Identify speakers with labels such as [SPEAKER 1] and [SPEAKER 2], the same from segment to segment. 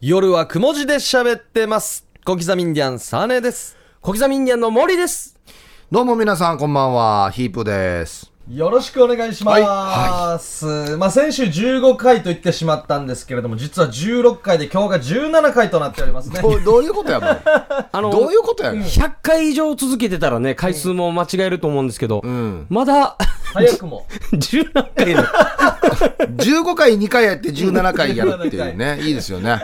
[SPEAKER 1] 夜はくも字で喋ってます。小刻みインディアン、サネです。
[SPEAKER 2] 小刻みインディアンの森です。
[SPEAKER 3] どうも皆さんこんばんは、ヒープです。
[SPEAKER 1] よろしくお願いします。まあ、先週15回と言ってしまったんですけれども、実は16回で今日が17回となっておりますね。
[SPEAKER 3] どうどういうことやの
[SPEAKER 2] あの、
[SPEAKER 3] どういうことやねん
[SPEAKER 2] 100回以上続けてたらね、回数も間違えると思うんですけど、
[SPEAKER 3] ん
[SPEAKER 2] まだ
[SPEAKER 1] 早くも。
[SPEAKER 2] 10何回の、
[SPEAKER 3] ?15 回2回やって17回やるっていうね、いいですよね。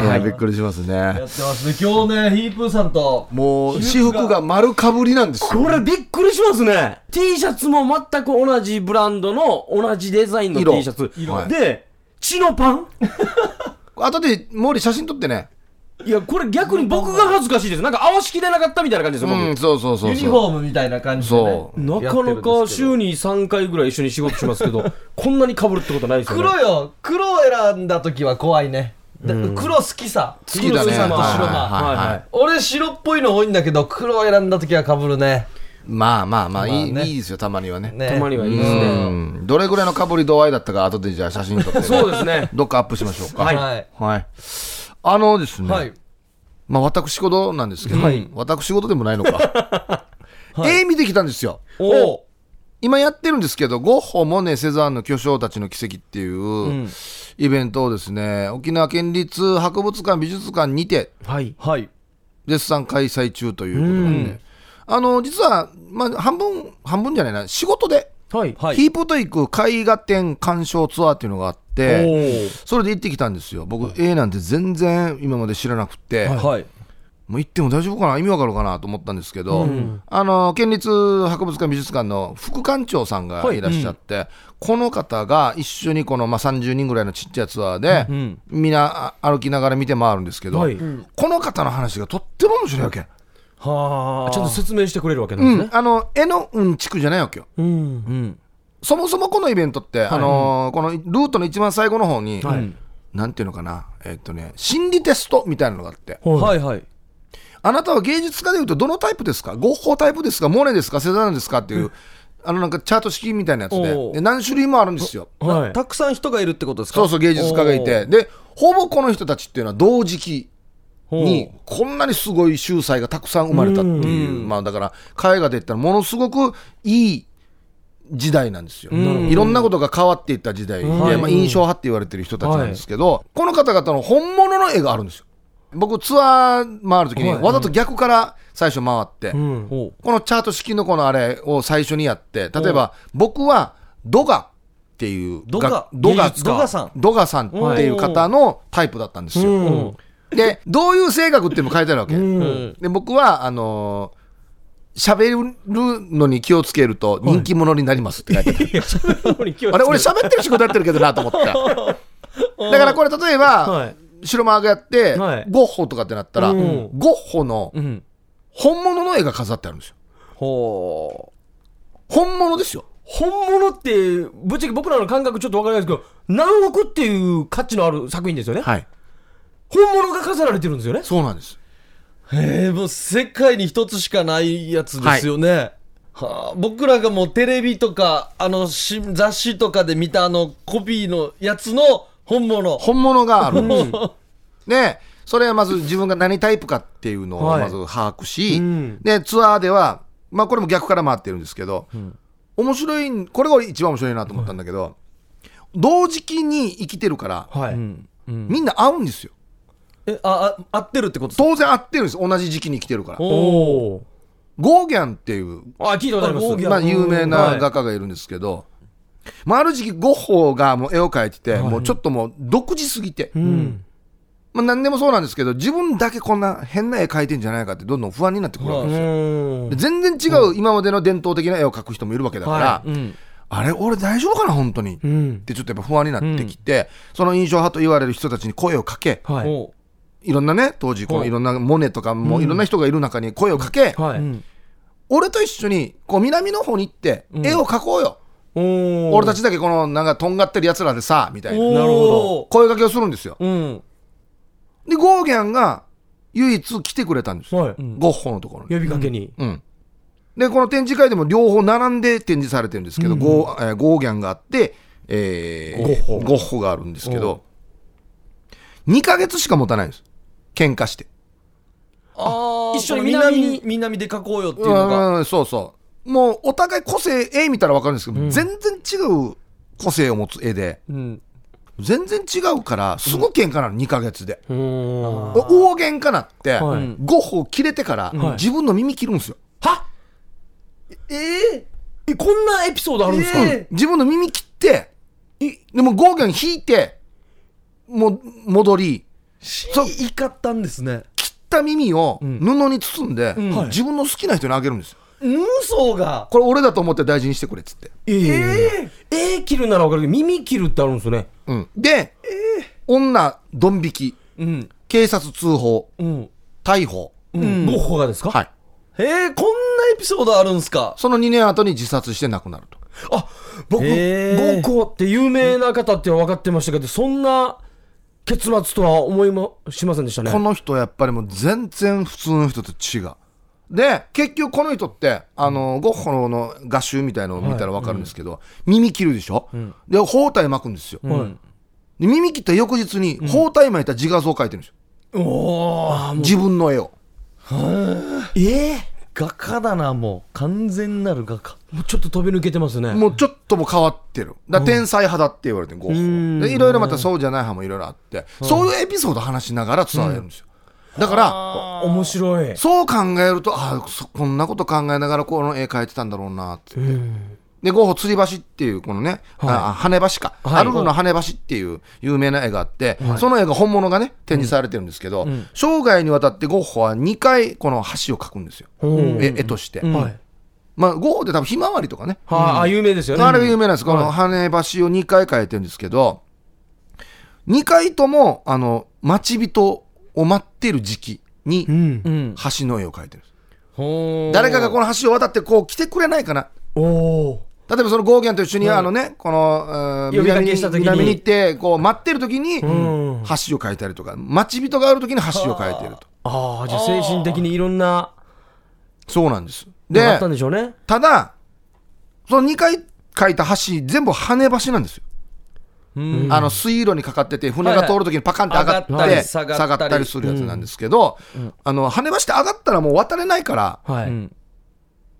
[SPEAKER 3] いや、びっくりします
[SPEAKER 1] や
[SPEAKER 3] ね。
[SPEAKER 1] ってますね。今日ね、ヒープーさんと、
[SPEAKER 3] もう、私服が丸かぶりなんですよ。
[SPEAKER 2] これびっくりしますね。T シャツも全く同じブランドの同じデザインの
[SPEAKER 3] 色
[SPEAKER 2] T シャツ。
[SPEAKER 3] 色
[SPEAKER 2] で、血のパン
[SPEAKER 3] あとで、毛利写真撮ってね。
[SPEAKER 2] いや、これ逆に僕が恥ずかしいです。なんか合わしきれなかったみたいな感じです
[SPEAKER 3] う
[SPEAKER 2] よ、
[SPEAKER 3] ん、そうそうそうそう。
[SPEAKER 1] ユニフォームみたいな感じで、ね
[SPEAKER 3] そ。う。
[SPEAKER 2] 僕。なかなか週に3回ぐらい一緒に仕事しますけど、 こんなに被るってことないですよね。
[SPEAKER 1] 黒よ。黒を選んだ時は怖いね。だ黒好きさ。
[SPEAKER 3] 好きだね。
[SPEAKER 1] 黒さ
[SPEAKER 3] はい
[SPEAKER 1] と白が。
[SPEAKER 3] はいはい
[SPEAKER 2] は
[SPEAKER 3] はいい。
[SPEAKER 1] 俺白っぽいの多いんだけど、黒を選んだ時は被るね。
[SPEAKER 3] まあまあまあ、いいい
[SPEAKER 1] まあね
[SPEAKER 3] いですよ、たまにはね。
[SPEAKER 1] ね
[SPEAKER 2] たまにはいいです
[SPEAKER 3] う
[SPEAKER 2] ね。
[SPEAKER 3] ん。どれぐらいのかぶり度合いだったか、後でじゃあ写真撮ってね。
[SPEAKER 2] そうですね。
[SPEAKER 3] どっかアップしましょうか。
[SPEAKER 1] はい。
[SPEAKER 3] はい。あのですね。
[SPEAKER 1] はい。
[SPEAKER 3] まあ、私事なんですけど、
[SPEAKER 1] はい
[SPEAKER 3] 私事でもないのか、 絵見てきたんですよ
[SPEAKER 1] おお。
[SPEAKER 3] 今やってるんですけどゴッホモネセザンヌ巨匠たちの奇跡っていうイベントをですね、沖縄県立博物館美術館にて
[SPEAKER 2] はい。
[SPEAKER 1] はい。
[SPEAKER 3] 絶賛開催中ということなんで、あの実は、まあ、半分半分じゃないな仕事で、
[SPEAKER 2] はい。
[SPEAKER 1] はい。
[SPEAKER 3] ヒープと行く絵画展鑑賞ツアーっていうのがあっ
[SPEAKER 2] お
[SPEAKER 3] て
[SPEAKER 2] ー
[SPEAKER 3] それで行ってきたんですよ僕、絵なんて全然今まで知らなくて、
[SPEAKER 1] はい。
[SPEAKER 3] もう行っても大丈夫かな意味わかるかなと思ったんですけど、あの県立博物館美術館の副館長さんがいらっしゃって、この方が一緒にこの、まあ、30人ぐらいのちっちゃいツアーで、
[SPEAKER 1] ん
[SPEAKER 3] みんなあ歩きながら見て回るんですけど、
[SPEAKER 2] はい
[SPEAKER 3] この方の話がとっても面白いわけ、
[SPEAKER 1] はあ。
[SPEAKER 2] ちゃんと説明してくれるわけな
[SPEAKER 3] うん
[SPEAKER 2] で
[SPEAKER 3] ん
[SPEAKER 2] すね。
[SPEAKER 3] あの絵のうんちくじゃないわけよ
[SPEAKER 2] うん。
[SPEAKER 1] うん。
[SPEAKER 3] そもそもこのイベントって、あのこのルートの一番最後の方に、
[SPEAKER 2] はい
[SPEAKER 3] なんていうのかなえっとね心理テストみたいなのがあって
[SPEAKER 1] はいはい。
[SPEAKER 3] あなたは芸術家でいうとどのタイプですかゴッホタイプですかモネですかセザンヌですかっていう、あのなんかチャート式みたいなやつ
[SPEAKER 1] おう
[SPEAKER 3] でで何種類もあるんですよ。
[SPEAKER 2] はい。
[SPEAKER 1] たくさん人がいるってことですか
[SPEAKER 3] そうそう芸術家がいて。でほぼこの人たちっていうのは同時期
[SPEAKER 1] おー
[SPEAKER 3] にこんなにすごい秀才がたくさん生まれたっていう
[SPEAKER 1] うん
[SPEAKER 3] まあだから絵画で言ったらものすごくいい時代なんですよ、
[SPEAKER 1] ん
[SPEAKER 3] いろんなことが変わっていった時代で、
[SPEAKER 2] はい
[SPEAKER 3] まあ、印象派って言われてる人たちなんですけど、この方々の本物の絵があるんですよ僕ツアー回る時に
[SPEAKER 1] はい
[SPEAKER 3] わざと逆から最初回って、
[SPEAKER 2] うん。
[SPEAKER 1] おう
[SPEAKER 3] このチャート式のこのあれを最初にやって、例えば僕はドガっていう、
[SPEAKER 1] ドガ
[SPEAKER 3] がド
[SPEAKER 1] 芸
[SPEAKER 3] ガ
[SPEAKER 1] 術家ドガさん
[SPEAKER 3] ドガさんっていう方のタイプだったんですよ。
[SPEAKER 2] うん。
[SPEAKER 3] で、どういう性格っていうのも書いてあるわけ。
[SPEAKER 2] うん
[SPEAKER 3] で、僕は、あのー喋るのに気をつけると人気者になりますって書いてある。
[SPEAKER 2] いや、それなのに今日。
[SPEAKER 3] あれ、俺喋ってる仕事やってるけどなと思って。だからこれ例え
[SPEAKER 2] は
[SPEAKER 3] ば
[SPEAKER 2] い、
[SPEAKER 3] 白マーがやって
[SPEAKER 2] はい、
[SPEAKER 3] ゴッホとかってなったら、
[SPEAKER 2] うん
[SPEAKER 3] ゴッホの
[SPEAKER 1] うん。
[SPEAKER 3] 本物の絵が飾ってあるんですよ。
[SPEAKER 1] ほ
[SPEAKER 3] 本物ですよ。
[SPEAKER 2] 本物って、ぶっちゃけ僕らの感覚ちょっとわからないですけど、何億っていう価値のある作品ですよね。
[SPEAKER 3] はい。
[SPEAKER 2] 本物が飾られてるんですよね。
[SPEAKER 3] そうなんです。
[SPEAKER 1] う。へえ、もう世界に一つしかないやつですよね。はあ、僕らがもうテレビとか、あの、し雑誌とかで見たあの、コピーのやつの本物。
[SPEAKER 3] 本物があるんです。ねそれはまず自分が何タイプかっていうのを
[SPEAKER 2] はい
[SPEAKER 3] まず把握し、
[SPEAKER 2] うん
[SPEAKER 3] でツアーでは、まあ、これも逆から回ってるんですけど、面白いこれが一番面白いなと思ったんだけど、同時期に生きてるから、
[SPEAKER 2] は
[SPEAKER 1] う
[SPEAKER 2] い。
[SPEAKER 1] ん。うん。
[SPEAKER 3] みんな合うんですよ
[SPEAKER 1] え、あ、あ合ってるってこと
[SPEAKER 3] 当然合ってるんです同じ時期に生きてるから
[SPEAKER 1] お
[SPEAKER 2] おー。
[SPEAKER 3] ゴーギャンっていう、
[SPEAKER 2] あ、聞いたことあります。
[SPEAKER 1] あゴーギャン
[SPEAKER 3] まあ、有名
[SPEAKER 2] は
[SPEAKER 3] ない画家がいるんですけど、まあ、ある時期ゴッホがもう絵を描いてて、もうちょっともう独自すぎて。
[SPEAKER 2] うん。
[SPEAKER 3] まあ、何でもそうなんですけど自分だけこんな変な絵描いてんじゃないかってどんどん不安になってくるわけ
[SPEAKER 2] う
[SPEAKER 3] ですよ、
[SPEAKER 2] ん
[SPEAKER 3] で。全然違う今までの伝統的な絵を描く人もいるわけだから、
[SPEAKER 2] は
[SPEAKER 1] うん。
[SPEAKER 3] あれ俺大丈夫かな本当に、
[SPEAKER 2] う
[SPEAKER 3] っ
[SPEAKER 2] ん。
[SPEAKER 3] てちょっとやっぱ不安になってきて、その印象派と言われる人たちに声をかけ
[SPEAKER 2] はい。
[SPEAKER 1] おう
[SPEAKER 3] いろんなね当時このいろんなモネとかもいろんな人がいる中に声をかけ、
[SPEAKER 2] はい。
[SPEAKER 3] 俺と一緒にこう南の方に行って絵を描こうよ、
[SPEAKER 2] おー。
[SPEAKER 3] 俺たちだけこのなんかとんがってるやつらでさみたいな
[SPEAKER 1] お
[SPEAKER 2] なるほ
[SPEAKER 3] 声かけをするんですよ
[SPEAKER 1] ど。うん。
[SPEAKER 3] でゴーギャンが唯一来てくれたんですよ、
[SPEAKER 2] はい。
[SPEAKER 3] ゴッホのところに
[SPEAKER 2] 呼びかけに。
[SPEAKER 3] うん、でこの展示会でも両方並んで展示されてるんですけど、ゴーえーゴーギャンがあって、えー
[SPEAKER 2] ゴッホ
[SPEAKER 3] があるんですけど2ヶ月しか持たないんです喧嘩して
[SPEAKER 1] ああ
[SPEAKER 2] 一緒に南に
[SPEAKER 1] 南南で書こうよっていう
[SPEAKER 3] う
[SPEAKER 1] のが
[SPEAKER 3] んうんそうそうもうお互い個性絵見たら分かるんですけど、全然違う個性を持つ絵で
[SPEAKER 2] うん。
[SPEAKER 3] 全然違うからすごい喧嘩なの2ヶ月で、
[SPEAKER 2] うん。
[SPEAKER 3] お大喧嘩なって、
[SPEAKER 2] はい
[SPEAKER 3] ゴッホ切れてから、
[SPEAKER 2] はい
[SPEAKER 3] 自分の耳切るんですよ、
[SPEAKER 2] は
[SPEAKER 1] ええ
[SPEAKER 2] えこんなエピソードあるんですか、
[SPEAKER 1] ええ
[SPEAKER 3] 自分の耳切っていでもゴーギャン引いてもう戻り
[SPEAKER 1] そう怒ったんですね
[SPEAKER 3] 切った耳を
[SPEAKER 1] ん
[SPEAKER 3] 布に包んで、
[SPEAKER 1] んはい
[SPEAKER 3] 自分の好きな人にあげるんですよ
[SPEAKER 1] 無双が
[SPEAKER 3] これ俺だと思って大事にしてくれっつって、
[SPEAKER 2] ええええ切るならわかるけど、耳切るってあるんですね。
[SPEAKER 3] うん、で、女ドン引き
[SPEAKER 1] うん
[SPEAKER 3] 警察通報
[SPEAKER 1] うん
[SPEAKER 3] 逮捕、
[SPEAKER 1] うん
[SPEAKER 2] ゴッホがですか
[SPEAKER 3] はい
[SPEAKER 1] ええこんなエピソードあるんすか
[SPEAKER 3] その2年後に自殺して亡くなると
[SPEAKER 2] あ僕、
[SPEAKER 1] ええ
[SPEAKER 2] ゴッホって有名な方って分かってましたけど、そんな結末とは思いもしませんでしたね。
[SPEAKER 3] この人やっぱりもう全然普通の人と違うで結局この人ってあのゴッホの画集みたいのを見たら分かるんですけど、耳切るでしょ、で包帯巻くんですよ、
[SPEAKER 2] はい
[SPEAKER 3] で耳切った翌日に包帯巻いた自画像を描いてるんですよ、
[SPEAKER 1] おお
[SPEAKER 3] 自分の絵を
[SPEAKER 2] ええ
[SPEAKER 1] 画家だなもう完全なる画家
[SPEAKER 2] もうちょっと飛び抜けてますね。
[SPEAKER 3] もうちょっとも変わってるだから天才派だって言われてるゴッホでいろいろまたそうじゃない派もいろいろあって、そういうエピソード話しながら伝わるんですよ、だから
[SPEAKER 2] 面白い。
[SPEAKER 3] そう考えるとああそこんなこと考えながらこの絵描いてたんだろうなってでゴッホ吊り橋っていうこのね、ああ羽橋か、
[SPEAKER 2] はい
[SPEAKER 3] アルルの羽橋っていう有名な絵があって、その絵が本物がね展示されてるんですけど、生涯にわたってゴッホは2回この橋を描くんですよ、
[SPEAKER 2] うん
[SPEAKER 3] 絵絵として、
[SPEAKER 2] はい。
[SPEAKER 3] まあ、ゴッホって多分ひまわりとかね、
[SPEAKER 2] はい、あ、有名ですよね。
[SPEAKER 3] あれが有名なんです、この羽橋を2回描いてるんですけど2回ともあの待ち人を待ってる時期に
[SPEAKER 1] うん
[SPEAKER 3] 橋の絵を描いてるんです
[SPEAKER 1] ほー
[SPEAKER 3] 誰かがこの橋を渡ってこう来てくれないかな
[SPEAKER 2] おお
[SPEAKER 3] 例えばそのゴーギャンと一緒にあのねこのうん
[SPEAKER 2] 呼びか
[SPEAKER 3] 南
[SPEAKER 2] け
[SPEAKER 3] に
[SPEAKER 2] した時に
[SPEAKER 3] 南に行ってこう待ってる時に
[SPEAKER 2] ん
[SPEAKER 3] 橋を変えたりとか待ち人がある時に橋を変えてると
[SPEAKER 2] ー。ああ、じゃあ精神的にいろんな、
[SPEAKER 3] そうなんです
[SPEAKER 2] あ
[SPEAKER 3] で
[SPEAKER 2] ったんでしょうね。
[SPEAKER 3] ただその2回書いた橋全部羽橋なんですよ
[SPEAKER 1] うん
[SPEAKER 3] あの水路にかかってて船が通る時にパカンって上がって
[SPEAKER 1] 上がったり
[SPEAKER 3] 下
[SPEAKER 1] 下
[SPEAKER 3] が
[SPEAKER 1] がっ
[SPEAKER 3] っ
[SPEAKER 1] たた
[SPEAKER 3] り
[SPEAKER 1] り
[SPEAKER 3] するやつなんですけどあの羽橋って上がったらもう渡れないから
[SPEAKER 2] はい。
[SPEAKER 1] うん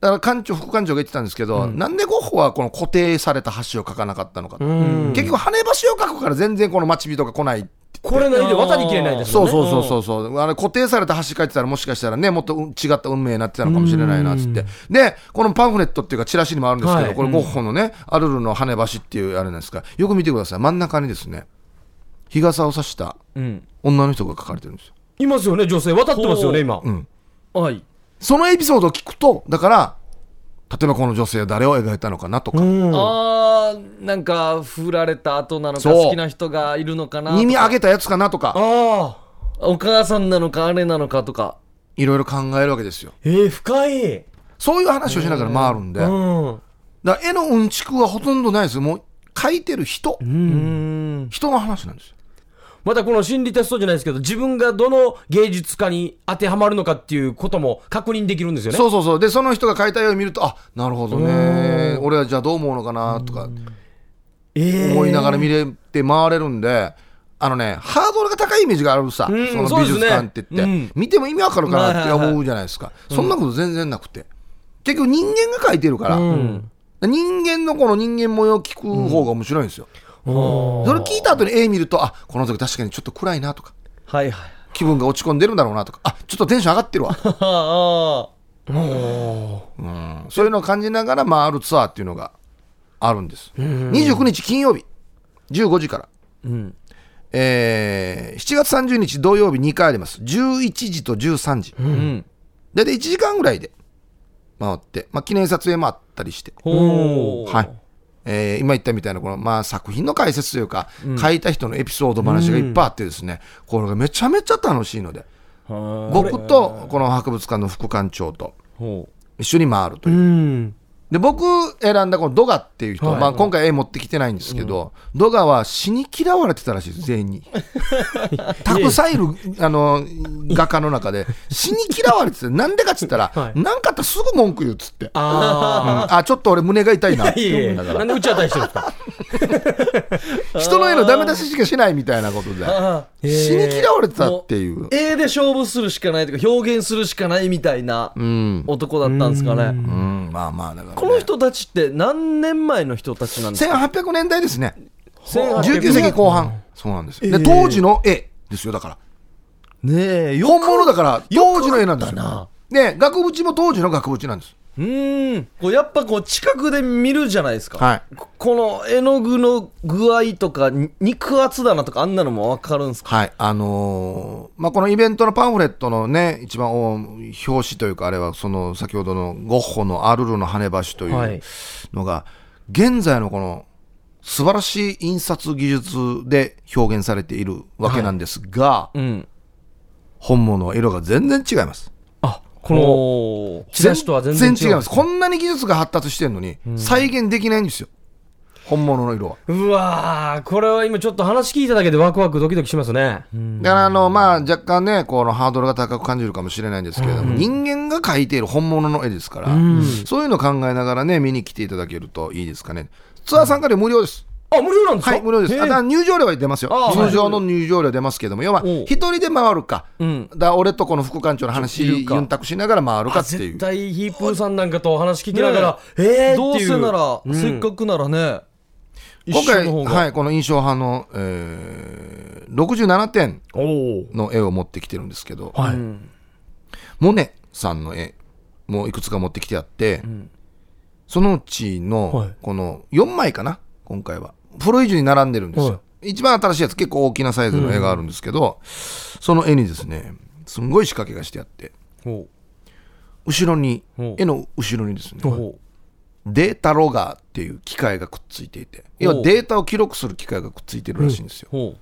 [SPEAKER 3] だから館長副館長が言ってたんですけど、なんでゴッホはこの固定された橋を描かなかったのかと、
[SPEAKER 2] うん
[SPEAKER 3] 結局羽橋を描くから全然この町人が来ない
[SPEAKER 2] これないで渡りきれないです
[SPEAKER 3] そ
[SPEAKER 2] もん
[SPEAKER 3] う
[SPEAKER 2] ね。
[SPEAKER 3] そうそうそうそう、あれ固定された橋書いてたらもしかしたらねもっと違った運命になってたのかもしれないなっつって、でこのパンフレットっていうかチラシにもあるんですけど、
[SPEAKER 2] はい
[SPEAKER 3] これゴッホのね「アルルの羽橋」っていうあれなんですかよく見てください真ん中にですね日傘を差した
[SPEAKER 1] うん
[SPEAKER 3] 女の人が書かれてるんですよ
[SPEAKER 2] いますよね、女性。渡ってますよね、今。
[SPEAKER 1] はい
[SPEAKER 3] そのエピソードを聞くとだから例えばこの女性は誰を描いたのかなとか、
[SPEAKER 1] あーなんか振られた後なのか
[SPEAKER 3] そう
[SPEAKER 1] 好きな人がいるのかなとか
[SPEAKER 3] 耳上げたやつかなとか
[SPEAKER 2] ああ。
[SPEAKER 1] お母さんなのか姉なのかとか
[SPEAKER 3] いろいろ考えるわけですよ
[SPEAKER 2] えー、深い。
[SPEAKER 3] そういう話をしながら回るんで、だか
[SPEAKER 2] うん。
[SPEAKER 3] ら絵のうんちくはほとんどないですよもう描いてる人、
[SPEAKER 1] うん
[SPEAKER 3] 人の話なんですよ
[SPEAKER 2] またこの心理テストじゃないですけど、自分がどの芸術家に当てはまるのかっていうことも確認できるんですよね。
[SPEAKER 3] そうそうそうでその人が描いた絵を見るとあなるほどね俺はじゃあどう思うのかなとか
[SPEAKER 2] ええ
[SPEAKER 3] 思いながら見れて回れるんであのねハードルが高いイメージがあるさ、
[SPEAKER 2] ん
[SPEAKER 3] その
[SPEAKER 2] そう
[SPEAKER 3] 美
[SPEAKER 2] ですね
[SPEAKER 3] 術館って言って、
[SPEAKER 1] うん
[SPEAKER 3] 見ても意味わかるかなって
[SPEAKER 1] はいはいはい
[SPEAKER 3] 思うじゃないですか、そんなこと全然なくて結局人間が描いてるから、
[SPEAKER 2] うん。
[SPEAKER 3] 人間のこの人間模様を聞く方が面白いんですよ、
[SPEAKER 2] おー
[SPEAKER 3] それ聞いた後に絵見るとあこの時確かにちょっと暗いなとか
[SPEAKER 1] はいはい
[SPEAKER 3] 気分が落ち込んでるんだろうなとかあちょっとテンション上がってるわ
[SPEAKER 1] ああ
[SPEAKER 3] うんそういうのを感じながら回るツアーっていうのがあるんです29日金曜日15時から、
[SPEAKER 1] ん
[SPEAKER 3] えー7月30日土曜日2回あります11時と13時
[SPEAKER 1] うん
[SPEAKER 3] 大体1時間ぐらいで回って、まあ、記念撮影もあったりして
[SPEAKER 1] ほう
[SPEAKER 3] はいえー今言ったみたいなこの、まあ、作品の解説というか、書いた人のエピソード話がいっぱいあってですね、これがめちゃめちゃ楽しいので
[SPEAKER 1] は
[SPEAKER 3] 僕とこの博物館の副館長と
[SPEAKER 1] ほ
[SPEAKER 3] 一緒に回るという
[SPEAKER 2] うん。
[SPEAKER 3] で僕選んだこのドガっていう人、
[SPEAKER 2] はい
[SPEAKER 3] まあ、今回絵持ってきてないんですけど、ドガは死に嫌われてたらしいです全員にたくさんいるあの画家の中で死に嫌われててなんでかっつったら、
[SPEAKER 2] はい
[SPEAKER 3] なんかあったらすぐ文句言うっつって
[SPEAKER 2] あ
[SPEAKER 3] あちょっと俺胸が痛いなっ
[SPEAKER 2] あ。いえ
[SPEAKER 3] て
[SPEAKER 2] い
[SPEAKER 3] 思
[SPEAKER 2] え。
[SPEAKER 3] いなが
[SPEAKER 2] なんで打ち当たりしてるんですから
[SPEAKER 3] 人の絵のダメ出ししかしないみたいなことで
[SPEAKER 1] あー
[SPEAKER 3] 死に嫌われてたっていう、
[SPEAKER 1] 絵で勝負するしかないとか表現するしかないみたいな
[SPEAKER 3] うん
[SPEAKER 1] 男だったんですかね、
[SPEAKER 3] うん、まあまあだから、ね、
[SPEAKER 1] この人たちって何年前の人たちなんですか
[SPEAKER 3] 1800年代ですね
[SPEAKER 2] 1800
[SPEAKER 3] 19世紀後半そうなんですよ
[SPEAKER 2] え
[SPEAKER 3] で
[SPEAKER 2] え
[SPEAKER 3] 当時の絵ですよだから
[SPEAKER 1] ねえよ
[SPEAKER 3] 本物だから当時の絵なんです
[SPEAKER 1] よくあっ
[SPEAKER 3] よで額縁も当時の額縁なんです
[SPEAKER 1] うーんこうやっぱこう近くで見るじゃないですか、
[SPEAKER 3] はい
[SPEAKER 1] ここの絵の具の具合とかに肉厚だなとかあんなのも分かるんですか
[SPEAKER 3] はいあのーまあ、このイベントのパンフレットのね一番お表紙というかあれはその先ほどのゴッホの「アルルの跳ね橋」と
[SPEAKER 2] はいいう
[SPEAKER 3] のが、現在のこの素晴らしい印刷技術で表現されているわけなんですが、
[SPEAKER 1] うん
[SPEAKER 3] 本物は色が全然違います
[SPEAKER 2] あ、この、
[SPEAKER 1] こ
[SPEAKER 2] チラシとは全然違う
[SPEAKER 3] 全いますこんなに技術が発達してるのに、再現できないんですよ本物の色は
[SPEAKER 2] うわー、これは今ちょっと話聞いただけでワクワクドキドキしますね。
[SPEAKER 3] だからあの、まあ、若干ね、このハードルが高く感じるかもしれないんですけれども、人間が描いている本物の絵ですから、そういうのを考えながらね、見に来ていただけるといいですかね。ツアー参加料無料です。
[SPEAKER 2] あ、無料なんですか
[SPEAKER 3] はい、無料です。
[SPEAKER 2] へ
[SPEAKER 3] あ
[SPEAKER 2] ー
[SPEAKER 3] だから入場料は出ますよ
[SPEAKER 2] あ。ー
[SPEAKER 3] 通常の入場料出ますけども、要は、
[SPEAKER 1] おう
[SPEAKER 3] 一人で回るか、
[SPEAKER 1] ん
[SPEAKER 3] だから俺とこの副館長の話、
[SPEAKER 1] いるか
[SPEAKER 3] ユンタクしながら回るか
[SPEAKER 2] あ
[SPEAKER 3] ってい
[SPEAKER 2] 絶
[SPEAKER 3] う。
[SPEAKER 2] 対ヒープーさんなんかとお話聞きながら、えー
[SPEAKER 1] ど
[SPEAKER 2] っ
[SPEAKER 1] う
[SPEAKER 2] ていう
[SPEAKER 1] せなら、
[SPEAKER 2] うん
[SPEAKER 1] せっかくならね一緒
[SPEAKER 3] 今回、
[SPEAKER 1] の方が、
[SPEAKER 3] はい、この印象派の、えー、67点
[SPEAKER 2] おお
[SPEAKER 3] の絵を持ってきてるんですけど、
[SPEAKER 2] はい、
[SPEAKER 3] モネさんの絵もいくつか持ってきてあって、そのうち
[SPEAKER 2] は
[SPEAKER 3] の
[SPEAKER 2] い
[SPEAKER 3] この4枚かな今回は古い順に並んでるんですよ、
[SPEAKER 2] は
[SPEAKER 3] 一番新しいやつ結構大きなサイズの絵があるんですけど、その絵にですねすんごい仕掛けがしてあって
[SPEAKER 1] ほ
[SPEAKER 3] 後ろに
[SPEAKER 1] お
[SPEAKER 3] 絵の後ろにですね
[SPEAKER 1] うほ
[SPEAKER 3] データロガーっていう機械がくっついていて要はデータを記録する機械がくっついてるらしいんですよ
[SPEAKER 1] う、ほ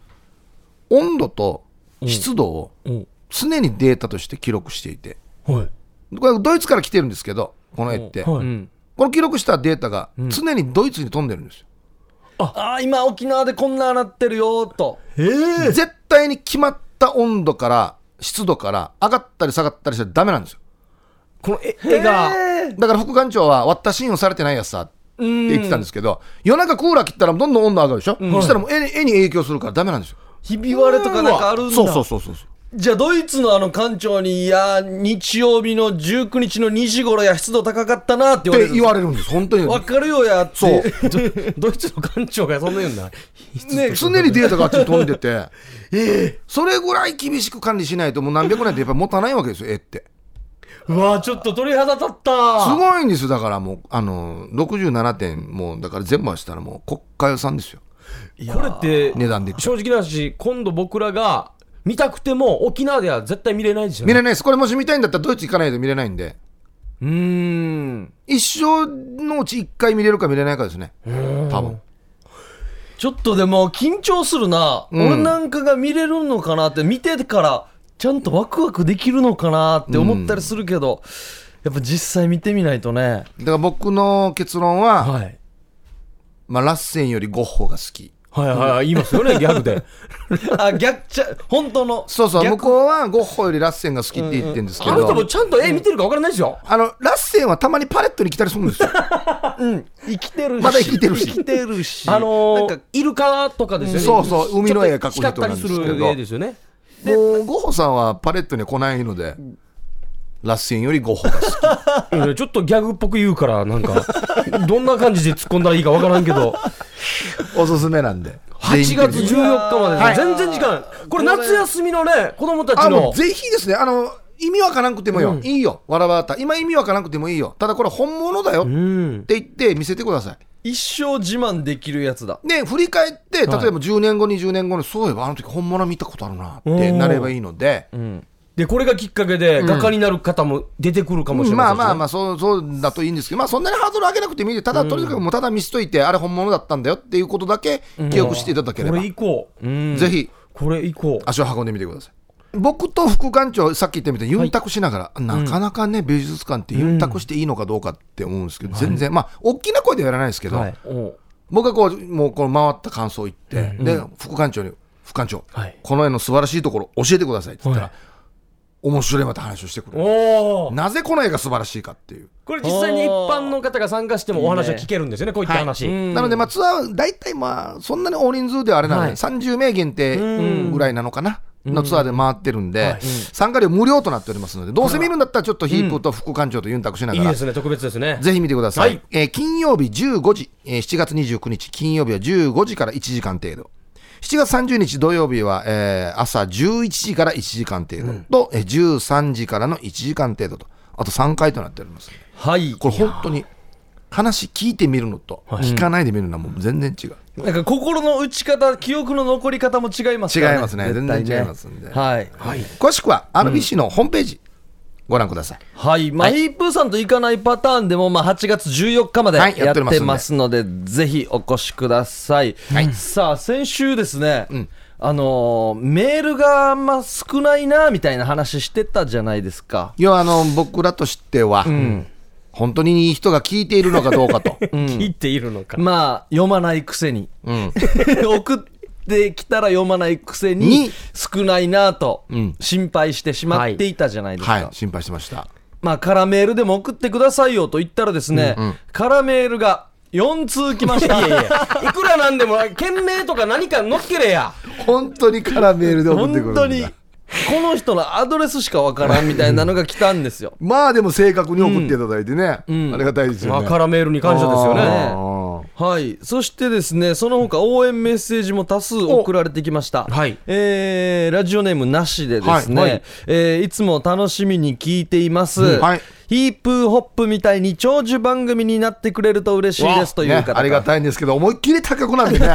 [SPEAKER 3] 温度と湿度を
[SPEAKER 1] うほ
[SPEAKER 3] 常にデータとして記録していて
[SPEAKER 2] はい
[SPEAKER 3] これドイツから来てるんですけどこの絵って、
[SPEAKER 1] う、
[SPEAKER 2] はい
[SPEAKER 1] うん
[SPEAKER 3] この記録したデータが常にドイツに飛んでるんですよ。
[SPEAKER 1] ああ今沖縄でこんななってるよーと
[SPEAKER 2] えー、
[SPEAKER 3] 絶対に決まった温度から湿度から上がったり下がったりしちゃダメなんですよ。
[SPEAKER 2] この絵絵が
[SPEAKER 1] へー
[SPEAKER 3] だから副館長は割った信用されてないやつさって言ってたんですけど、夜中クーラー切ったらどんどん温度上がるでしょ、そしたらもう絵に絵に影響するからダメなんですよ。
[SPEAKER 1] ひび割れとかなんかあるんだ
[SPEAKER 3] そうそうそうそう。
[SPEAKER 1] じゃあドイツのあの館長にいや日曜日の19日の2時頃や湿度高かったなって言われ
[SPEAKER 3] っ
[SPEAKER 1] るん
[SPEAKER 3] て
[SPEAKER 1] で
[SPEAKER 3] 言
[SPEAKER 1] す
[SPEAKER 3] われるんです、本当に。
[SPEAKER 1] わかるよやって
[SPEAKER 3] そう。
[SPEAKER 2] ドイツの館長がそんな 言うん
[SPEAKER 1] ね
[SPEAKER 2] だ
[SPEAKER 3] 常にデータがあっちに飛んで て、それぐらい厳しく管理しないと、もう何百年ってやっぱり持たないわけですよ、絵って。
[SPEAKER 2] うわーちょっと鳥肌立った
[SPEAKER 3] すごいんですよだからもうあの67点もうだから全部はしたらもう国家予算ですよ
[SPEAKER 2] これって
[SPEAKER 3] 値段で言っ
[SPEAKER 2] 正直な話今度僕らが見たくても沖縄では絶対見れないですよ
[SPEAKER 3] 見
[SPEAKER 2] ね
[SPEAKER 3] れないですこれもし見たいんだったらドイツ行かないと見れないんで
[SPEAKER 1] うーん
[SPEAKER 3] 一生のうち1回見れるか見れないかですね多分
[SPEAKER 1] ちょっとでも緊張するな、
[SPEAKER 3] ん
[SPEAKER 1] 俺なんかが見れるのかなって見てからちゃんとワクワクできるのかなって思ったりするけど、やっぱ実際見てみないと ね
[SPEAKER 3] だから僕の結論は、
[SPEAKER 2] はい
[SPEAKER 3] まあ、ラッセンよりゴッホが好き
[SPEAKER 2] はいはいはい言います よねギャグで
[SPEAKER 1] あ逆ちゃ本当の
[SPEAKER 3] そうそう向
[SPEAKER 1] 逆
[SPEAKER 3] こうはゴッホよりラッセンが好きって言ってるんですけ
[SPEAKER 2] あ
[SPEAKER 3] ど、
[SPEAKER 2] の人もちゃんと絵見てるか分からないですよ
[SPEAKER 3] あのラッセンはたまにパレットに来たりするんですよ
[SPEAKER 1] うん生きてるし
[SPEAKER 3] まだ生きてるし
[SPEAKER 1] 生きてるし
[SPEAKER 2] あの
[SPEAKER 1] なん
[SPEAKER 2] ー
[SPEAKER 1] か、
[SPEAKER 2] イルカとかですよね
[SPEAKER 3] そうそう海の絵描く
[SPEAKER 2] 光っ
[SPEAKER 3] 人
[SPEAKER 2] た
[SPEAKER 3] なん
[SPEAKER 2] り
[SPEAKER 3] ですすけ
[SPEAKER 2] る
[SPEAKER 3] ど
[SPEAKER 2] 絵ですよね
[SPEAKER 3] もうゴッホさんはパレットに来ないのでラッセンよりゴッホが好き
[SPEAKER 2] いやちょっとギャグっぽく言うから、なんか、どんな感じで突っ込んだらいいかわからんけ ど、
[SPEAKER 3] おすすめなんで。
[SPEAKER 2] 8月
[SPEAKER 3] 全員的に
[SPEAKER 2] 14日まで、
[SPEAKER 1] はい
[SPEAKER 2] 全然時間、これ夏休みのね、子供た
[SPEAKER 3] あ、
[SPEAKER 2] ち
[SPEAKER 3] も
[SPEAKER 2] の
[SPEAKER 3] う、ぜひですね。あの、意味わからなくてもよ。いいよ。わらわた。今意味わからなくてもいいよ。ただこれ本物だよ
[SPEAKER 2] う
[SPEAKER 3] っ
[SPEAKER 2] ん、
[SPEAKER 3] て言って見せてくださ
[SPEAKER 1] 一生自慢できるやつだ
[SPEAKER 3] い。で、振り返って、例えば
[SPEAKER 2] はい
[SPEAKER 3] 10年後、20年後に、そういえばあの時本物見たことあるなってなればいいので、
[SPEAKER 2] で、これがきっかけで、画家になる方も出てくるかもしれ
[SPEAKER 3] ま
[SPEAKER 2] ませ
[SPEAKER 3] あ
[SPEAKER 2] ん、ね
[SPEAKER 3] まあまあそう、そうだといいんですけど、まあそんなにハードル上げなくてもいいで、ただとにかくもうただ見せといて、あれ本物だったんだよっていうことだけ記憶していただけれ
[SPEAKER 2] こ
[SPEAKER 3] ば
[SPEAKER 2] れ、以降、
[SPEAKER 3] ぜひ
[SPEAKER 2] これ以降、
[SPEAKER 3] 足を運んでみてください。僕と副館長、さっき言ったみたいに、ユンタクしながら、なかなかね、美術館ってユンタクしていいのかどうかって思うんですけど、全然、まあ、大きな声ではやらないですけど、
[SPEAKER 2] はい
[SPEAKER 1] お
[SPEAKER 3] 僕がこう、もうこの回った感想を言って、で、副館長に、副館長、
[SPEAKER 2] はい
[SPEAKER 3] この絵の素晴らしいところ教えてくださいって言ったら、
[SPEAKER 2] は
[SPEAKER 3] 面白いまた話をしてくれる。
[SPEAKER 2] おー
[SPEAKER 3] なぜこの絵が素晴らしいかっていう。
[SPEAKER 2] これ実際に一般の方が参加してもお話を聞けるんですよねこういった話、
[SPEAKER 1] うん
[SPEAKER 3] なので、まあ、ツアー、大体まあ、そんなに大人数ではあれなので、
[SPEAKER 2] はい
[SPEAKER 3] 30名限定ぐらいなのかな。のツアーで回ってるんで、参加料無料となっておりますので、どうせ見るんだったら、ちょっとヒープと副館長とユンタクしなが
[SPEAKER 2] いい
[SPEAKER 3] ら
[SPEAKER 2] で、すね特別ですね
[SPEAKER 3] ぜひ見てください。
[SPEAKER 2] はい
[SPEAKER 3] えー金曜日15時、えー7月29日、金曜日は15時から1時間程度。7月30日土曜日は、えー朝11時から1時間程度と、えー13時からの1時間程度と、あと3回となっております。
[SPEAKER 1] はい
[SPEAKER 3] これ本当に話聞いてみるのと、聞かないで見るのはもう全然違う。
[SPEAKER 1] なんか心の打ち方記憶の残り方も違いますから
[SPEAKER 3] 違いますね
[SPEAKER 1] 絶対
[SPEAKER 3] 全然違いますんで
[SPEAKER 1] はい
[SPEAKER 3] 詳しくは RBC のホームページ、ご覧ください。
[SPEAKER 1] はい、まあ、ヒープーさんと行かないパターンでも、まあ、8月14日まで
[SPEAKER 3] はいや
[SPEAKER 1] や
[SPEAKER 3] っており
[SPEAKER 1] っ
[SPEAKER 3] ますん
[SPEAKER 1] て
[SPEAKER 3] で
[SPEAKER 1] ますので、ぜひお越しください。さあ、先週ですね、あのーメールがあんま少ないな、みたいな話してたじゃないですか。
[SPEAKER 3] 要はあの僕らとしては、本当にいい人が聞いているのかどうか と。
[SPEAKER 2] 聞いているのか、
[SPEAKER 1] まあ、読まないく せに。送ってきたら読まないくせ
[SPEAKER 3] に
[SPEAKER 1] に、少ないなと
[SPEAKER 3] ん、
[SPEAKER 1] 心配してしまっていたじゃないですか。
[SPEAKER 3] はい、心配してました。
[SPEAKER 1] まあ、カラメールでも送ってくださいよと言ったらですね、カラメールが4通来ました。
[SPEAKER 2] いやいや いくらなんでも件名とか何か乗っけれや
[SPEAKER 3] 本当にからメールで送ってくるん
[SPEAKER 1] 本
[SPEAKER 3] だ。
[SPEAKER 1] 当にこの人のアドレスしかわからんみたいなのが来たんですよ
[SPEAKER 3] まあでも正確に送っていただいてね、ありがたいですよ
[SPEAKER 2] ま
[SPEAKER 3] ね
[SPEAKER 2] あ、からメールに感謝ですよ
[SPEAKER 1] あ
[SPEAKER 2] ね
[SPEAKER 1] ー はい、そしてですねその他応援メッセージも多数送られてきました、
[SPEAKER 2] はい
[SPEAKER 1] えーラジオネームなしでですね、
[SPEAKER 3] はい
[SPEAKER 1] い
[SPEAKER 3] はい
[SPEAKER 1] えーいつも楽しみに聞いています、
[SPEAKER 3] うんはい
[SPEAKER 1] ヒープーホップみたいに長寿番組になってくれると嬉しいですという
[SPEAKER 3] ね
[SPEAKER 1] 方から
[SPEAKER 3] ありがたいんですけど思いっきり高く なんでね、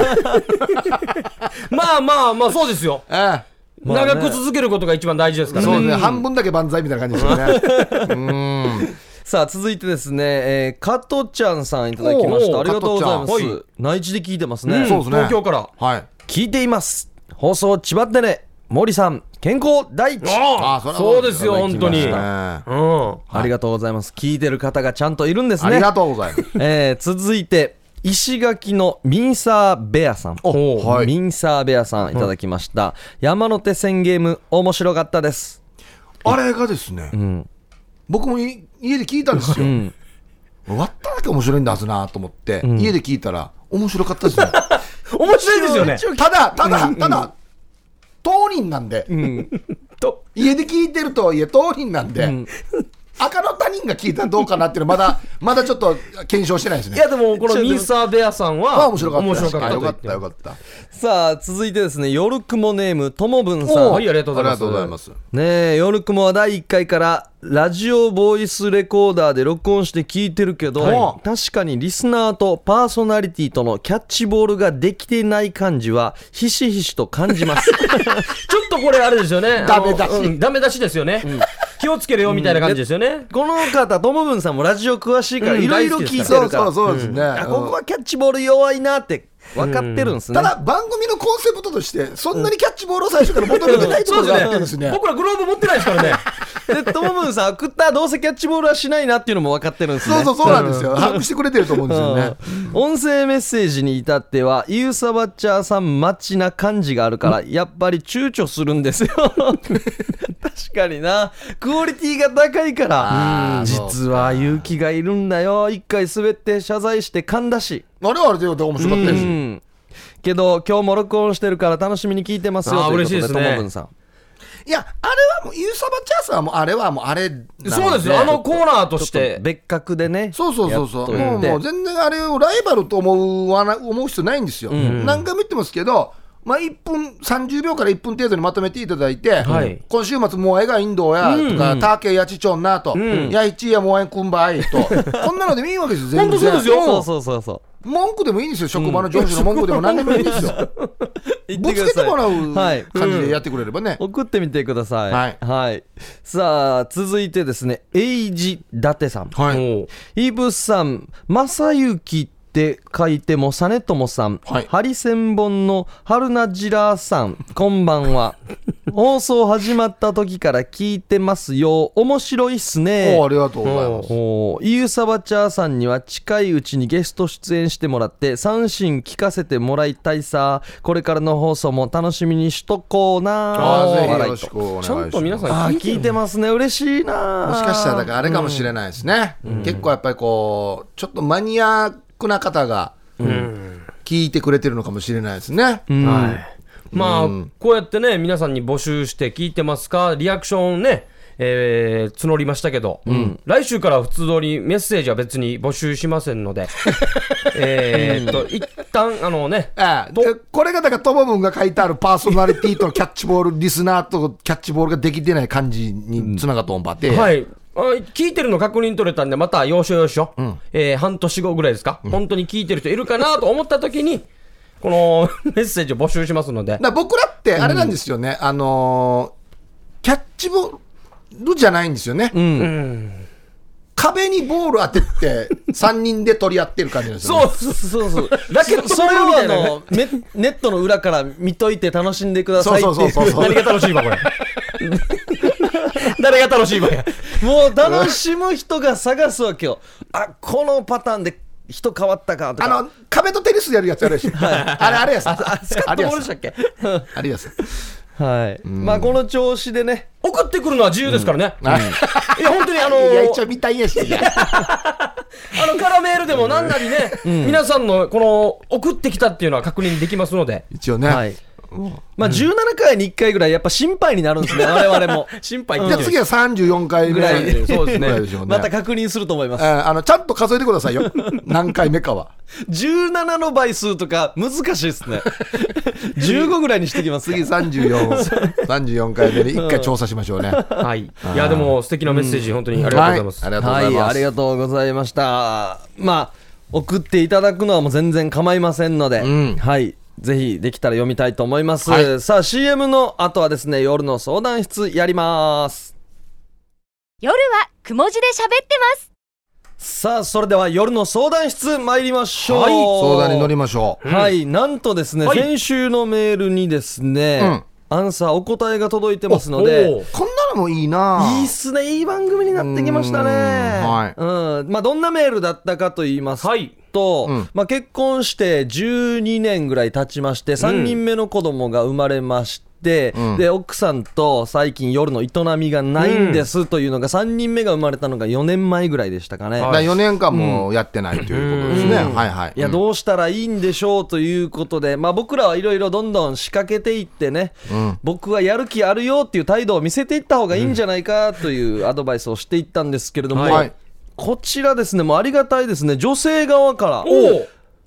[SPEAKER 2] まあまあまあそうですよ
[SPEAKER 3] え
[SPEAKER 1] まあね
[SPEAKER 2] 長く続けることが一番大事ですか
[SPEAKER 3] え
[SPEAKER 2] ら
[SPEAKER 3] そう
[SPEAKER 2] ね
[SPEAKER 3] ね半分だけ万歳みたいな感じですよね うん
[SPEAKER 1] さあ続いてですね、えー、加トちゃんさんいただきまし
[SPEAKER 3] お
[SPEAKER 1] た
[SPEAKER 3] ー
[SPEAKER 1] ありがとうございます、
[SPEAKER 3] 加藤ちゃん
[SPEAKER 1] 内地で聞いてますね、
[SPEAKER 2] うん
[SPEAKER 3] そうですね
[SPEAKER 2] 東京から
[SPEAKER 3] はい
[SPEAKER 1] 聞いています放送千葉ってね森さん健康第一
[SPEAKER 2] ああ
[SPEAKER 3] それは
[SPEAKER 2] そうですよ本当に
[SPEAKER 3] いただき
[SPEAKER 2] う
[SPEAKER 3] ましたね
[SPEAKER 2] ん
[SPEAKER 1] ありがとうございます聞いてる方がちゃんといるんです
[SPEAKER 3] あ
[SPEAKER 1] ね
[SPEAKER 3] りがとうございます
[SPEAKER 1] えー続いて石垣のミンサーベアさん
[SPEAKER 2] お
[SPEAKER 3] はい
[SPEAKER 1] ミンサーベアさんいただきました、山手線ゲーム面白かったです
[SPEAKER 3] あれがですね、僕もい家で聞いたんですよ、終わっただけ面白いんだはずなと思って、家で聞いたら面白かったですね
[SPEAKER 2] 面白いですよ ね
[SPEAKER 3] ただただただ、当人なんで、
[SPEAKER 2] と
[SPEAKER 3] 家で聞いてるとはいえ当人なんで、赤の他人が聞いたらどうかなっていうのまだまだちょっと検証してないですね
[SPEAKER 2] いやでもこのミンサーベアさん
[SPEAKER 3] まあ
[SPEAKER 2] は
[SPEAKER 3] 面白かった
[SPEAKER 2] 面白かった
[SPEAKER 3] あ
[SPEAKER 2] と
[SPEAKER 3] よか
[SPEAKER 2] 言っ
[SPEAKER 3] ってたよかった
[SPEAKER 1] さあ続いてですね夜雲ネームともぶんさん
[SPEAKER 2] おはいありがとうござ
[SPEAKER 3] あり
[SPEAKER 2] います
[SPEAKER 3] がとうござい
[SPEAKER 1] ねえ、夜雲は第1回からラジオボイスレコーダーで録音して聞いてるけど、
[SPEAKER 3] はい
[SPEAKER 1] 確かにリスナーとパーソナリティとのキャッチボールができてない感じはひしひしと感じ ます
[SPEAKER 2] ちょっとこれあれですよね
[SPEAKER 3] ダメ出し
[SPEAKER 2] あのうんダメ出しですよね気をつけるよみたいな感じですよね
[SPEAKER 1] この方ともぶんさんもラジオ詳しいから
[SPEAKER 2] うん
[SPEAKER 1] いろいろ
[SPEAKER 2] 大好き
[SPEAKER 1] 聞
[SPEAKER 2] で
[SPEAKER 1] い
[SPEAKER 2] す
[SPEAKER 1] て
[SPEAKER 3] そ
[SPEAKER 1] る
[SPEAKER 3] う
[SPEAKER 1] から、
[SPEAKER 3] そうそうですね、
[SPEAKER 1] あここはキャッチボール弱いなって分かってるんですね、
[SPEAKER 3] ただ番組のコンセプトとしてそんなにキャッチボールを最初から求めてないところ
[SPEAKER 2] そう
[SPEAKER 3] があってるん
[SPEAKER 2] で
[SPEAKER 3] ですす
[SPEAKER 2] よね
[SPEAKER 3] ね
[SPEAKER 2] 僕らグローブ持ってないです からね
[SPEAKER 1] でともぶんさん送ったどうせキャッチボールはしないなっていうのも分かってるんですね
[SPEAKER 3] そうそうそうなんですよ把握してくれてると思うんですよね
[SPEAKER 1] 音声メッセージに至ってはユーサバッチャーさんマッチな感じがあるからやっぱり躊躇するんですよ 確かになクオリティが高いから
[SPEAKER 3] あー
[SPEAKER 1] うん
[SPEAKER 3] そう
[SPEAKER 1] 実は勇気がいるんだよ一回滑って謝罪して噛んだし
[SPEAKER 3] あれはあれで面白かったです
[SPEAKER 1] う
[SPEAKER 3] よ
[SPEAKER 1] んけど今日も録音してるから楽しみに聞いてますよ
[SPEAKER 2] あー
[SPEAKER 1] ということ
[SPEAKER 2] 嬉しいですね
[SPEAKER 1] ともぶんさん
[SPEAKER 3] いやあれはもうユーサバチャーさんはもうあれはもうあれなの
[SPEAKER 2] そうですよあのコーナーとし
[SPEAKER 1] ちょっと
[SPEAKER 2] て
[SPEAKER 1] 別格でね
[SPEAKER 3] そうそうそうそう
[SPEAKER 1] やっと
[SPEAKER 3] もう
[SPEAKER 1] いて
[SPEAKER 3] もう全然あれをライバルと思うわな思う必要ないんですよ、何回も言ってますけどまあ、1分30秒から1分程度にまとめていただいて、
[SPEAKER 2] はい
[SPEAKER 3] 今週末、モアイがインドやとか、ターケイやちちょんなと、やいちやモアイくんばいと、こんなのでもいいわけですよ、全然。
[SPEAKER 2] 本当そうですよ
[SPEAKER 1] そうそうそうそう
[SPEAKER 3] 文句でもいいんですよ、職場の上司の文句でも何でもいいんですよ。
[SPEAKER 1] 言
[SPEAKER 3] ぶつけてもらう
[SPEAKER 1] はい
[SPEAKER 3] 感じでやってくれればね。
[SPEAKER 1] 送ってみてください。
[SPEAKER 3] はい
[SPEAKER 1] さあ、続いてですね、エイジ伊達さん。
[SPEAKER 3] は
[SPEAKER 2] もう
[SPEAKER 1] イブさん、正幸って、って書いても実朝さん、
[SPEAKER 3] はい
[SPEAKER 1] ハリセンボンの春菜ジラーさんこんばん は放送始まった時から聞いてますよ面白いっすね
[SPEAKER 3] おありがとうございます。
[SPEAKER 1] おーイユサバチャーさんには近いうちにゲスト出演してもらって三振聞かせてもらいたいさこれからの放送も楽しみにしとこうな
[SPEAKER 3] あーぜひよ
[SPEAKER 1] 笑
[SPEAKER 3] ろ
[SPEAKER 1] い
[SPEAKER 3] しくお願いし
[SPEAKER 2] ちゃ
[SPEAKER 3] ます。
[SPEAKER 2] んと皆さん
[SPEAKER 1] あー
[SPEAKER 2] 聞
[SPEAKER 1] 聞
[SPEAKER 2] い
[SPEAKER 1] い
[SPEAKER 2] て
[SPEAKER 1] て
[SPEAKER 2] る
[SPEAKER 1] ますね嬉しいな
[SPEAKER 3] もしかしたらだからあれかもしれないですね、結構やっぱりこうちょっとマニアックな方が聞いてくれてるのかもしれないですね、
[SPEAKER 2] はいまあ、こうやってね皆さんに募集して聞いてますかリアクションね、えー募りましたけど、来週から普通通りメッセージは別に募集しませんの でえーっと一旦あのね
[SPEAKER 3] ええでこれがだからトモブンが書いてあるパーソナリティとキャッチボールリスナーとキャッチボールができてない感じにつながっとんばって、
[SPEAKER 2] はい。あ聞いてるの確認取れたんで、また要所要所、えー半年後ぐらいですか、本当に聞いてる人いるかなと思った時に、この メッセージを募集しますので、
[SPEAKER 3] だから僕らってあれなんですよね、あのーキャッチボールじゃないんですよね、壁にボール当てて3人 で取り合ってる感じなんですよ、ね、
[SPEAKER 2] そう
[SPEAKER 1] そうそうそう。
[SPEAKER 2] ラケット
[SPEAKER 1] そ
[SPEAKER 2] ボ
[SPEAKER 1] それ
[SPEAKER 2] ールみ
[SPEAKER 1] を
[SPEAKER 2] た
[SPEAKER 1] あ
[SPEAKER 2] いなね
[SPEAKER 1] の、めネットの裏から見といて楽しんでくださいっていう。
[SPEAKER 3] そうそうそうそう
[SPEAKER 2] 何が楽しいわ、これ。誰が楽しいわや。
[SPEAKER 1] もう楽しむ人が探すわけよ。あ、このパターンで人変わったかとか。
[SPEAKER 3] あの壁とテニスやるやつあるやし、あれあれやさ
[SPEAKER 1] あ、スカットボールでしたっけ
[SPEAKER 3] ありやす。
[SPEAKER 1] はい。まあ、この調子でね。
[SPEAKER 2] 送ってくるのは自由ですからね。
[SPEAKER 3] あ
[SPEAKER 2] いや、本当にあ
[SPEAKER 3] い
[SPEAKER 2] の
[SPEAKER 3] や、一応見たいやし。
[SPEAKER 2] あの、カラメールでも何なりね、皆さんのこの、送ってきたっていうのは確認できますので、
[SPEAKER 3] 一応ね。
[SPEAKER 1] はい。まあ、17回に1回ぐらいやっぱ心配になるん ですね、我々も。
[SPEAKER 2] 心
[SPEAKER 3] じ
[SPEAKER 2] 配
[SPEAKER 3] ゃあ次は34回ぐらい
[SPEAKER 1] ぐらい
[SPEAKER 2] そうですね
[SPEAKER 3] ぐらいしょうね
[SPEAKER 1] また確認すると思いま
[SPEAKER 3] え
[SPEAKER 1] す。
[SPEAKER 3] ーあのちゃんと数えてくださいよ。何回目かは。
[SPEAKER 1] 17の倍数とか難しいです ね。15ぐらいにしてきます。
[SPEAKER 3] 次34、34回目で一回調査しましょうね。は
[SPEAKER 2] はい。いや、でも素敵なメッセージ、本当にありがとうございます。
[SPEAKER 3] ありがとうご
[SPEAKER 1] は
[SPEAKER 3] ざい
[SPEAKER 1] い、
[SPEAKER 3] ま
[SPEAKER 1] あ
[SPEAKER 3] す
[SPEAKER 1] り。がとうございました。まあ、送っていただくのはもう全然構いませんので、
[SPEAKER 3] うん
[SPEAKER 1] はい。ぜひできたら読みたいと思います。
[SPEAKER 3] はい
[SPEAKER 1] さあ CM の後はですね、夜の相談室やります。
[SPEAKER 4] 夜はくも字で喋ってます。
[SPEAKER 1] さあ、それでは夜の相談室参りましょう。
[SPEAKER 2] はい
[SPEAKER 3] 相談に乗りましょう。
[SPEAKER 1] はい、なんとですね、
[SPEAKER 2] はい
[SPEAKER 1] 先週のメールにですね、アンサーお答えが届いてますので、
[SPEAKER 2] おー
[SPEAKER 3] こんなのもいいない
[SPEAKER 1] いっすね、いい番組になってきましたね。
[SPEAKER 3] う
[SPEAKER 1] うん、まあ、どんなメールだったかと言いますと、
[SPEAKER 2] はい
[SPEAKER 3] うん
[SPEAKER 1] まあ、結婚して12年ぐらい経ちまして、3人目の子供が生まれまして、
[SPEAKER 3] うん
[SPEAKER 1] で奥さんと最近夜の営みがないんですというのが3人目が生まれたのが4年前ぐらいでしたかね、
[SPEAKER 2] は
[SPEAKER 3] だから4年間もやってないということですね。
[SPEAKER 1] うん
[SPEAKER 3] はいはい。
[SPEAKER 1] いや、どうしたらいいんでしょうということで、まあ、僕らはいろいろどんどん仕掛けていってね、
[SPEAKER 3] ん
[SPEAKER 1] 僕はやる気あるよっていう態度を見せていった方がいいんじゃないかというアドバイスをしていったんですけれども、
[SPEAKER 3] はい
[SPEAKER 1] こちらですね、もうありがたいですね、女性側から、
[SPEAKER 2] おー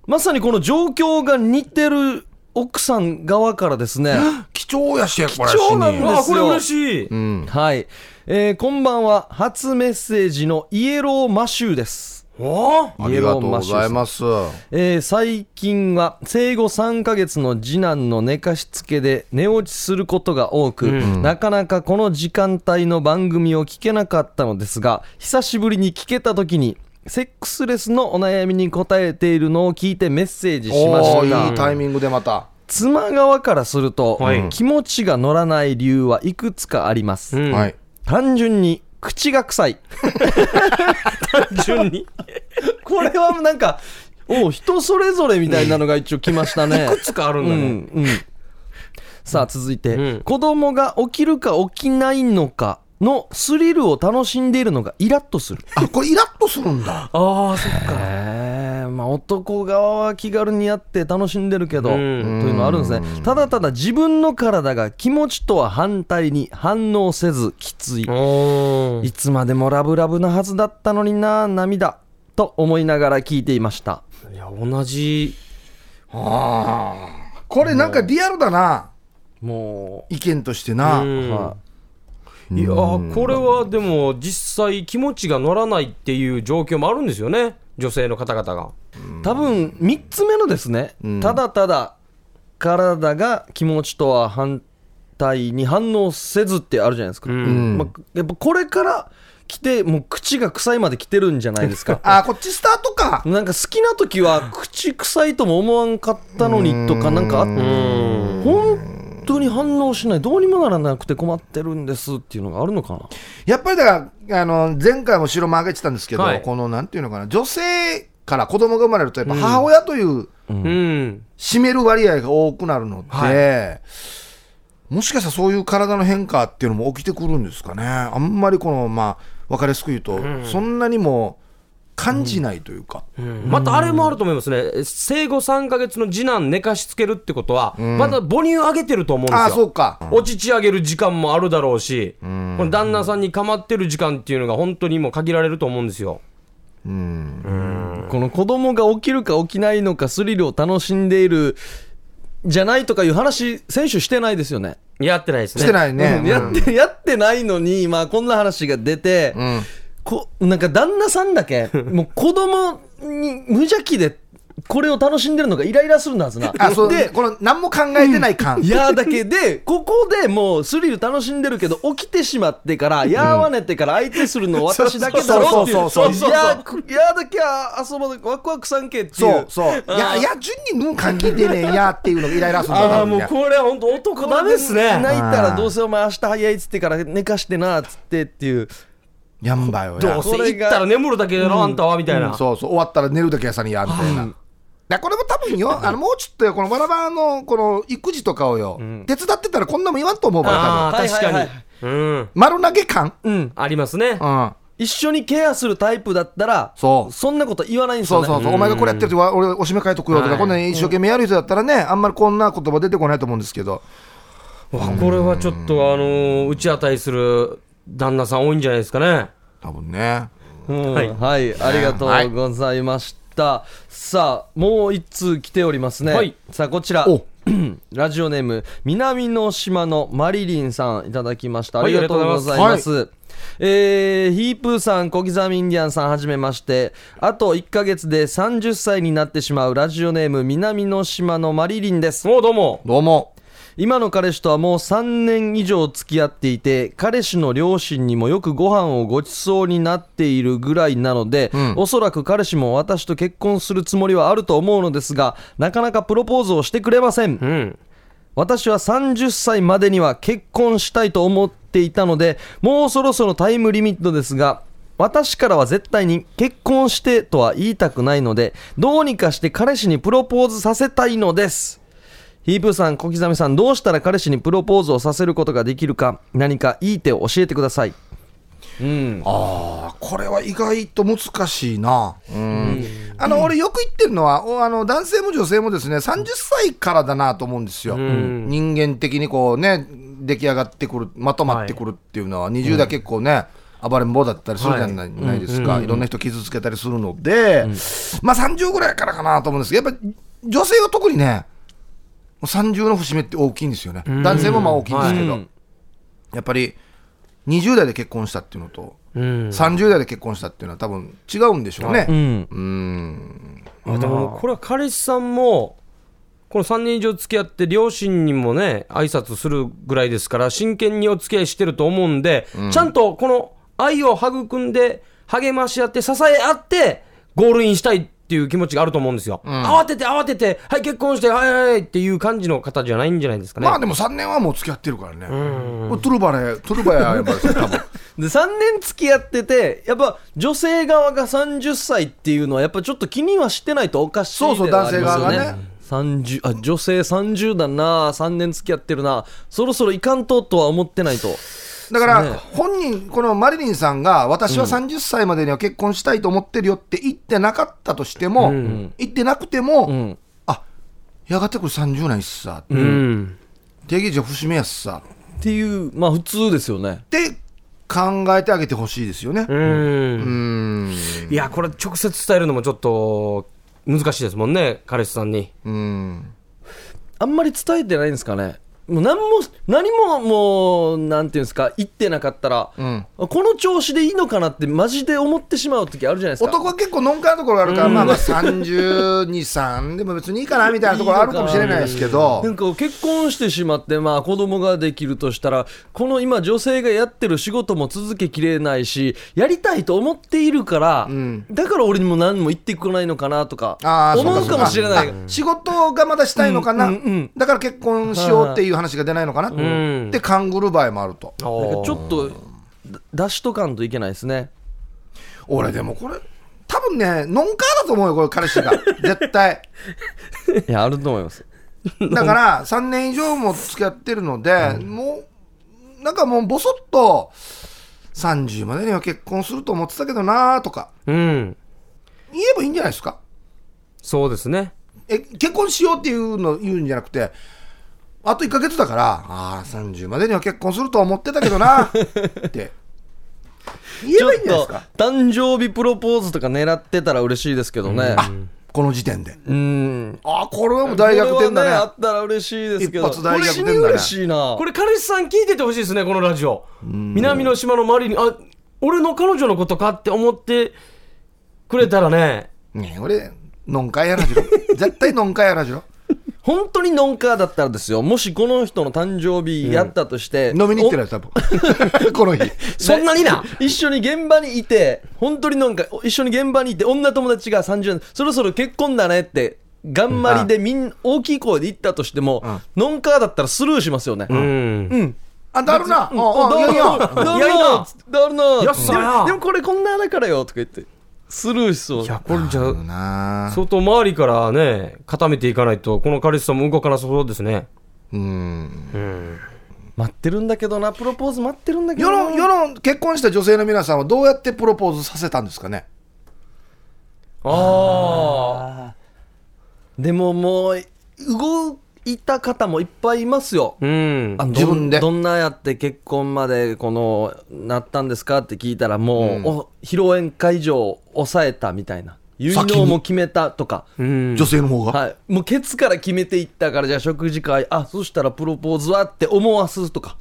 [SPEAKER 1] まさにこの状況が似てる奥さん側からですね。
[SPEAKER 3] 貴重やしや、これ。
[SPEAKER 1] 貴重なんですよ
[SPEAKER 2] わあこれ嬉しい。
[SPEAKER 3] うん。
[SPEAKER 1] はい、えーこんばんは初メッセージのイエローマシューです、
[SPEAKER 2] お
[SPEAKER 3] ありがとうございます。
[SPEAKER 1] えー最近は生後3ヶ月の次男の寝かしつけで寝落ちすることが多く、なかなかこの時間帯の番組を聞けなかったのですが久しぶりに聞けた時にセックスレスのお悩みに答えているのを聞いてメッセージしま
[SPEAKER 3] お
[SPEAKER 1] し
[SPEAKER 3] ー
[SPEAKER 1] た
[SPEAKER 3] いいタイミングでまた。
[SPEAKER 1] 妻側からすると、
[SPEAKER 2] はい
[SPEAKER 1] 気持ちが乗らない理由はいくつかあります、
[SPEAKER 2] うん
[SPEAKER 3] はい。
[SPEAKER 1] 単純に口が臭い
[SPEAKER 2] 順に。
[SPEAKER 1] これはなんかおう人それぞれみたいなのが一応来ましたね
[SPEAKER 2] いくつかあるん
[SPEAKER 1] う
[SPEAKER 2] だ
[SPEAKER 1] ん
[SPEAKER 2] ね。
[SPEAKER 1] うんさあ続いて、
[SPEAKER 2] うん
[SPEAKER 1] 子供が起きるか起きないのかのスリルを楽しんでいるのがイラッとする
[SPEAKER 3] あ、これイラッとするんだ。
[SPEAKER 2] ああ、そっか。
[SPEAKER 1] へえまあ男側は気軽にやって楽しんでるけど、
[SPEAKER 2] うん
[SPEAKER 1] というのはあるんですねただただ自分の体が気持ちとは反対に反応せずきつい
[SPEAKER 2] お
[SPEAKER 1] いつまでもラブラブなはずだったのにな涙と思いながら聞いていました
[SPEAKER 2] いや、同じ。
[SPEAKER 3] これなんかリアルだな
[SPEAKER 1] も
[SPEAKER 3] 意見としてな、
[SPEAKER 2] うん
[SPEAKER 1] はい
[SPEAKER 2] やー、これはでも、実際気持ちが乗らないっていう状況もあるんですよね。女性の方々が。
[SPEAKER 1] う多分3つ目のですね、ただただ体が気持ちとは反対に反応せずってあるじゃないですか、
[SPEAKER 2] ん
[SPEAKER 1] まあやっぱこれから来てもう口が臭いまで来てるんじゃないですか
[SPEAKER 3] あーこっちスタートか
[SPEAKER 1] なんか好きな時は口臭いとも思わんかったのにとかなんかあ本当に反応しないどうにもならなくて困ってるんですっていうのがあるのかな
[SPEAKER 3] やっぱりだからあの前回も後ろも上げてたんですけど、
[SPEAKER 2] はい
[SPEAKER 3] このなんていうのかな女性から子供が生まれるとやっぱ母親という
[SPEAKER 2] うん。
[SPEAKER 3] 占める割合が多くなるので、もしかしたらそういう体の変化っていうのも起きてくるんですかねあんまりこのまあ分かりやすく言うと、そんなにも感じないというか、
[SPEAKER 2] またあれもあると思いますね。生後3ヶ月の次男寝かしつけるってことは、また母乳あげてると思うんですよ。
[SPEAKER 3] ああそうか、
[SPEAKER 2] お乳あげる時間もあるだろうし、この旦那さんに構ってる時間っていうのが本当にもう限られると思うんですよ。
[SPEAKER 1] この子供が起きるか起きないのかスリルを楽しんでいるじゃないとかいう話選手してないですよね
[SPEAKER 2] やってないですね。
[SPEAKER 3] してないね、
[SPEAKER 1] うんやってやってないのに、まあ、こんな話が出て、
[SPEAKER 3] ん
[SPEAKER 1] こなんか旦那さんだ けもう子供に無邪気でこれを楽しんでるのがイライラするんだはずな。
[SPEAKER 3] あそうで
[SPEAKER 1] で
[SPEAKER 3] この何も考えてない感、
[SPEAKER 1] いやーだけで、ここでもうスリル楽しんでるけど、起きてしまってから、やーわねてから相手するの私だけだろっていう、い
[SPEAKER 3] そ
[SPEAKER 1] や
[SPEAKER 3] うそうそうそう
[SPEAKER 1] ーやーだけは遊ばなワクワクさんけってい
[SPEAKER 3] そう
[SPEAKER 1] う、
[SPEAKER 3] そういやいや順にうん感じてねえやっていうのがイライラするんだ
[SPEAKER 2] あ
[SPEAKER 3] な
[SPEAKER 2] あ、もうこれは本当男ダメですね。
[SPEAKER 1] 泣いたらどうせお前、明日早いっつってから寝かしてなっつってっていう、
[SPEAKER 3] やんばよや
[SPEAKER 2] どうせ行ったら眠るだけだろ、あんたは、みたいな。
[SPEAKER 3] そうそう終わったら寝るだけやさにやみたいな。だからこれも多分よ、あのもうちょっとよ、このバラバラのこの育児とかをよ、手伝ってたらこんなもん言わんと思うから、多
[SPEAKER 2] あ
[SPEAKER 3] 分
[SPEAKER 2] あ、
[SPEAKER 1] はい
[SPEAKER 2] 確かに、
[SPEAKER 1] はいはい
[SPEAKER 2] うん。
[SPEAKER 3] 丸投げ感、
[SPEAKER 1] うん、
[SPEAKER 2] ありますね。
[SPEAKER 3] うん、
[SPEAKER 1] 一緒にケアするタイプだったら、
[SPEAKER 3] そう
[SPEAKER 1] そんなこと言わないんです
[SPEAKER 3] そ
[SPEAKER 1] よ
[SPEAKER 3] う
[SPEAKER 1] ね。
[SPEAKER 3] そうそう、お前がこれやってるとわ俺、おしめ変えとくよとか、
[SPEAKER 2] はい
[SPEAKER 3] こんなに一生懸命やる人だったらね、あんまりこんな言葉出てこないと思うんですけど、
[SPEAKER 2] わこれはちょっと、あのー、打ち当たりする旦那さん多いんじゃないですかね。
[SPEAKER 3] 多分ね、
[SPEAKER 1] うんは、
[SPEAKER 2] はいい
[SPEAKER 1] ありがとうございました。さあ、もう一通来ておりますね。
[SPEAKER 2] はい
[SPEAKER 1] さあ、こちら
[SPEAKER 3] お。
[SPEAKER 1] ラジオネーム、南の島のマリリンさん、いただきました。あ
[SPEAKER 2] はい
[SPEAKER 1] りがとうござい
[SPEAKER 3] ありがとうござい
[SPEAKER 1] ま。
[SPEAKER 3] ます
[SPEAKER 1] えーヒープーさん、小刻みインディアンさん、はじめまして。あと1ヶ月で30歳になってしまうラジオネーム、南の島のマリリンです。
[SPEAKER 2] もうどうも。
[SPEAKER 3] どうも、
[SPEAKER 1] 今の彼氏とはもう3年以上付き合っていて彼氏の両親にもよくご飯をごちそうになっているぐらいなので、おそらく彼氏も私と結婚するつもりはあると思うのですがなかなかプロポーズをしてくれません、
[SPEAKER 2] うん。
[SPEAKER 1] 私は30歳までには結婚したいと思っていたのでもうそろそろタイムリミットですが私からは絶対に結婚してとは言いたくないのでどうにかして彼氏にプロポーズさせたいのですヒープーさん小刻みさんどうしたら彼氏にプロポーズをさせることができるか何かいい手を教えてくださいうん
[SPEAKER 3] あこれは意外と難しいな、うんあの俺、よく言ってるのは、おあの男性も女性もですね、30歳からだなと思うんですよ。
[SPEAKER 2] うん。
[SPEAKER 3] 人間的にこうね出来上がってくるまとまってくるっていうのは、20代結構ね、暴れん坊だったりするじゃない,、ないですか、いろんな人傷つけたりするので、まあ30ぐらいからかなと思うんですけどやっぱり女性は特にねもう30の節目って大きいんですよね、男性もまあ大きいんですけど、やっぱり20代で結婚したっていうのと、
[SPEAKER 2] うん。
[SPEAKER 3] 30代で結婚したっていうのは多分違うんでしょうね、
[SPEAKER 1] うん
[SPEAKER 3] うん
[SPEAKER 2] あでもこれは彼氏さんもこの3年以上付き合って両親にもね挨拶するぐらいですから真剣にお付き合いしてると思うんで、ちゃんとこの愛を育んで励まし合って支え合ってゴールインしたいっていう気持ちがあると思うんですよ、慌てて慌ててはい結婚してはいはいはいっていう感じの方じゃないんじゃないですかね、
[SPEAKER 3] まあでも3年はもう付き合ってるからね、トゥルバレトゥルバややっぱり多分。
[SPEAKER 1] で3年付き合っててやっぱ女性側が30歳っていうのはやっぱちょっと気にはしてないとおかしい
[SPEAKER 3] そうそう
[SPEAKER 1] ではありますよ
[SPEAKER 3] 男性側がね
[SPEAKER 1] 30あ女性30だな3年付き合ってるなそろそろいかんととは思ってないと
[SPEAKER 3] だから本人、このマリリンさんが、私は30歳までには結婚したいと思ってるよって言ってなかったとしても、言ってなくても、
[SPEAKER 1] ん
[SPEAKER 3] あやがてこれ30年っすさ、
[SPEAKER 2] うん
[SPEAKER 3] 定義上節目やっすさっ
[SPEAKER 1] っていうまあ普通ですよね
[SPEAKER 3] て考えてあげてほしいですよね。
[SPEAKER 2] うん、
[SPEAKER 3] うん
[SPEAKER 2] いやこれ直接伝えるのもちょっと難しいですもんね彼氏さんに
[SPEAKER 3] うん
[SPEAKER 1] あんまり伝えてないんですかねもう何も何ももうなんていうんですか言ってなかったら、
[SPEAKER 3] うん
[SPEAKER 1] この調子でいいのかなってマジで思ってしまう時あるじゃないですか
[SPEAKER 3] 男は結構のんかなところがあるから、まあまあ323でも別にいいかなみたいなところあるかもしれないですけど
[SPEAKER 1] なんか結婚してしまって、まあ、子供ができるとしたらこの今女性がやってる仕事も続けきれないしやりたいと思っているから、
[SPEAKER 3] ん
[SPEAKER 1] だから俺にも何も言ってこないのかなとか
[SPEAKER 3] あー
[SPEAKER 1] 思うかもしれない
[SPEAKER 3] あ仕事がまだしたいのかな、
[SPEAKER 1] うんうんうん
[SPEAKER 3] だから結婚しようっていう話が出ないのかな、って勘ぐる場合もあると、
[SPEAKER 1] なんかちょっとだ出しとかんといけないですね
[SPEAKER 3] 俺でもこれ多分ねノンカーだと思うよこれ彼氏 が絶対
[SPEAKER 1] いやあると思います
[SPEAKER 3] だから3年以上も付き合ってるので、もうなんかもうぼそっと30までには結婚すると思ってたけどなーとか
[SPEAKER 2] うん
[SPEAKER 3] 言えばいいんじゃないですか
[SPEAKER 2] そうですね
[SPEAKER 3] え結婚しようっていうの言うんじゃなくてあと1か月だからああ30までには結婚するとは思ってたけどなって言えばいいんじゃないですか
[SPEAKER 1] 誕生日プロポーズとか狙ってたら嬉しいですけどね
[SPEAKER 3] この時点で
[SPEAKER 1] うん
[SPEAKER 3] ああこれはもう大逆転
[SPEAKER 1] これはねあ
[SPEAKER 3] だね
[SPEAKER 1] ったら嬉しいですけど
[SPEAKER 3] 一発大逆転だね
[SPEAKER 1] これ死に嬉しいな
[SPEAKER 2] これ彼氏さん聞いててほしいですねこのラジオ南の島の周りにあ俺の彼女のことかって思ってくれたらね
[SPEAKER 3] ねえ俺のんかいやらじろ絶対のんかいやらじろ
[SPEAKER 1] 本当にノンカーだったらですよもしこの人の誕生日やったとして、
[SPEAKER 3] 飲みに行ってるやつ多 分この日
[SPEAKER 2] そんなにな
[SPEAKER 1] お一緒に現場にいて本当にノンカー一緒に現場にいて女友達が30年そろそろ結婚だねって頑張りでみん大きい声で言ったとしても、ノンカーだったらスルーしますよね、
[SPEAKER 2] うん
[SPEAKER 3] あだるなああい
[SPEAKER 1] だ
[SPEAKER 3] や
[SPEAKER 1] る
[SPEAKER 3] い
[SPEAKER 1] な
[SPEAKER 3] や
[SPEAKER 1] だ
[SPEAKER 2] いや
[SPEAKER 1] る
[SPEAKER 2] い
[SPEAKER 1] な
[SPEAKER 2] や
[SPEAKER 1] だるな
[SPEAKER 2] やっさ
[SPEAKER 1] で
[SPEAKER 2] や
[SPEAKER 1] もでもこれこんなだからよとか言ってスルーしそう
[SPEAKER 2] いやこれじゃあ
[SPEAKER 3] な
[SPEAKER 2] 相当周りからね固めていかないとこの彼氏さんも動かなさそうですね
[SPEAKER 3] うん
[SPEAKER 1] 待ってるんだけどなプロポーズ待ってるんだけど
[SPEAKER 3] 世
[SPEAKER 1] な
[SPEAKER 3] の世の結婚した女性の皆さんはどうやってプロポーズさせたんですかね
[SPEAKER 2] ああ
[SPEAKER 1] でももう動いた方もいっぱいいますよ、
[SPEAKER 2] うん
[SPEAKER 1] あの
[SPEAKER 3] 自分で
[SPEAKER 1] どんどんなやって結婚までこのなったんですかって聞いたらもう、お披露宴会場を抑えたみたいな結
[SPEAKER 3] 先に
[SPEAKER 1] 納も決めたとか、
[SPEAKER 2] うん
[SPEAKER 3] 女性の方が
[SPEAKER 1] はい、もうケツから決めていったからじゃあ食事会あそしたらプロポーズはって思わすとか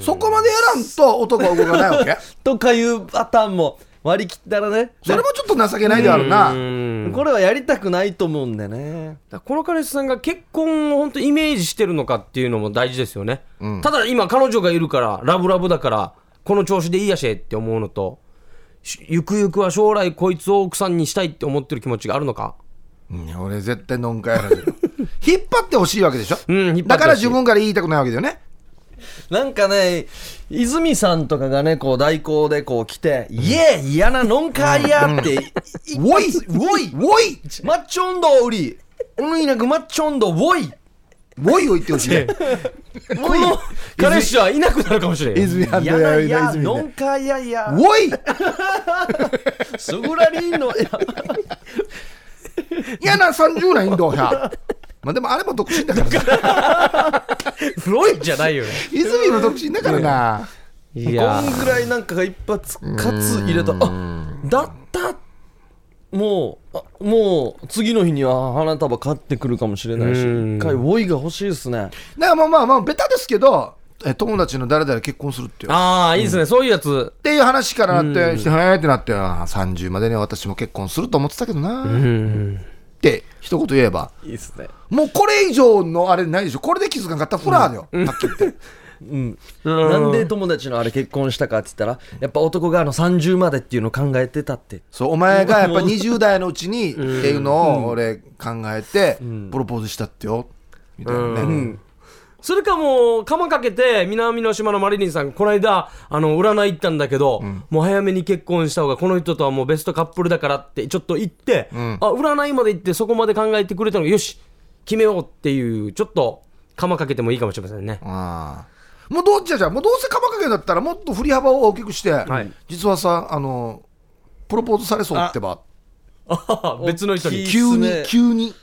[SPEAKER 3] そこまでやらんと男は動かないわ け
[SPEAKER 1] とかいうパターンも割り切ったらね
[SPEAKER 3] それもちょっと情けないであるな
[SPEAKER 2] うん
[SPEAKER 1] これはやりたくないと思うんでね
[SPEAKER 2] だからこの彼氏さんが結婚を本当イメージしてるのかっていうのも大事ですよね、ただ今彼女がいるからラブラブだからこの調子でいいやしって思うのとしゆくゆくは将来こいつを奥さんにしたいって思ってる気持ちがあるのか
[SPEAKER 3] うん俺絶対のんかやらじろ引っ張ってほしいわけでしょ、
[SPEAKER 2] ん引っ張ってほしい
[SPEAKER 3] だから自分から言いたくないわけだよね
[SPEAKER 1] なんかね、泉さんとかがね、こう代行でこう来て、イエーイ嫌なノンカーやって、
[SPEAKER 3] ウォイウォイウォイ
[SPEAKER 1] マッチョンド売り、うんいなくマッチョンドウォイ、
[SPEAKER 3] ウォイを言ってほしい ね
[SPEAKER 1] この
[SPEAKER 2] 彼氏はいなくなるかもしれない
[SPEAKER 3] 泉
[SPEAKER 1] 嫌なや、
[SPEAKER 3] ね
[SPEAKER 1] ノンカーやい
[SPEAKER 3] ウ
[SPEAKER 1] や、
[SPEAKER 3] ォイ
[SPEAKER 1] すぐらりんの、いや、
[SPEAKER 3] 嫌な30代インドやまあでもあれも独身だ からさ
[SPEAKER 2] フロイじゃないよね
[SPEAKER 3] 泉も独身だからない
[SPEAKER 1] こんぐらいなんかが一発カツ入れた、あだったもう、あもう次の日には花束買ってくるかもしれないし、
[SPEAKER 2] うん
[SPEAKER 1] 一回ウォイが欲しいですね。
[SPEAKER 3] だからまあまあまあベタですけどえ友達の誰々結婚するってよっ
[SPEAKER 2] ああいいですね、そういうやつ
[SPEAKER 3] ていう話からなってしてはいってなってあー30までには私も結婚すると思ってたけどなって一言言えば
[SPEAKER 1] いいですね。
[SPEAKER 3] もうこれ以上のあれないでしょこれで気づかんかったらフラーだよ、はっきり言って
[SPEAKER 1] なんで友達のあれ結婚したかって言ったらやっぱ男があの30までっていうのを考えてたって
[SPEAKER 3] そうお前がやっぱ20代のうちにっていうのを俺考えてプロポーズしたってよみたいなね、
[SPEAKER 2] それかもう、釜かけて、南の島のマリリンさん、この間、あの、占い行ったんだけど、もう早めに結婚した方が、この人とはもうベストカップルだからって、ちょっと言って、あ、占いまで行って、そこまで考えてくれたのが、よし、決めようっていう、ちょっと、釜かけてもいいかもしれませんね。
[SPEAKER 3] ああもうどうじゃあじゃあもうどうせ鎌掛けだったらもっと振り幅を大きくして、
[SPEAKER 2] い
[SPEAKER 3] 実はさあのプロポーズされそうってば
[SPEAKER 2] 別の人
[SPEAKER 1] い
[SPEAKER 2] に。
[SPEAKER 1] いっす
[SPEAKER 3] 急に
[SPEAKER 1] ね
[SPEAKER 3] 急に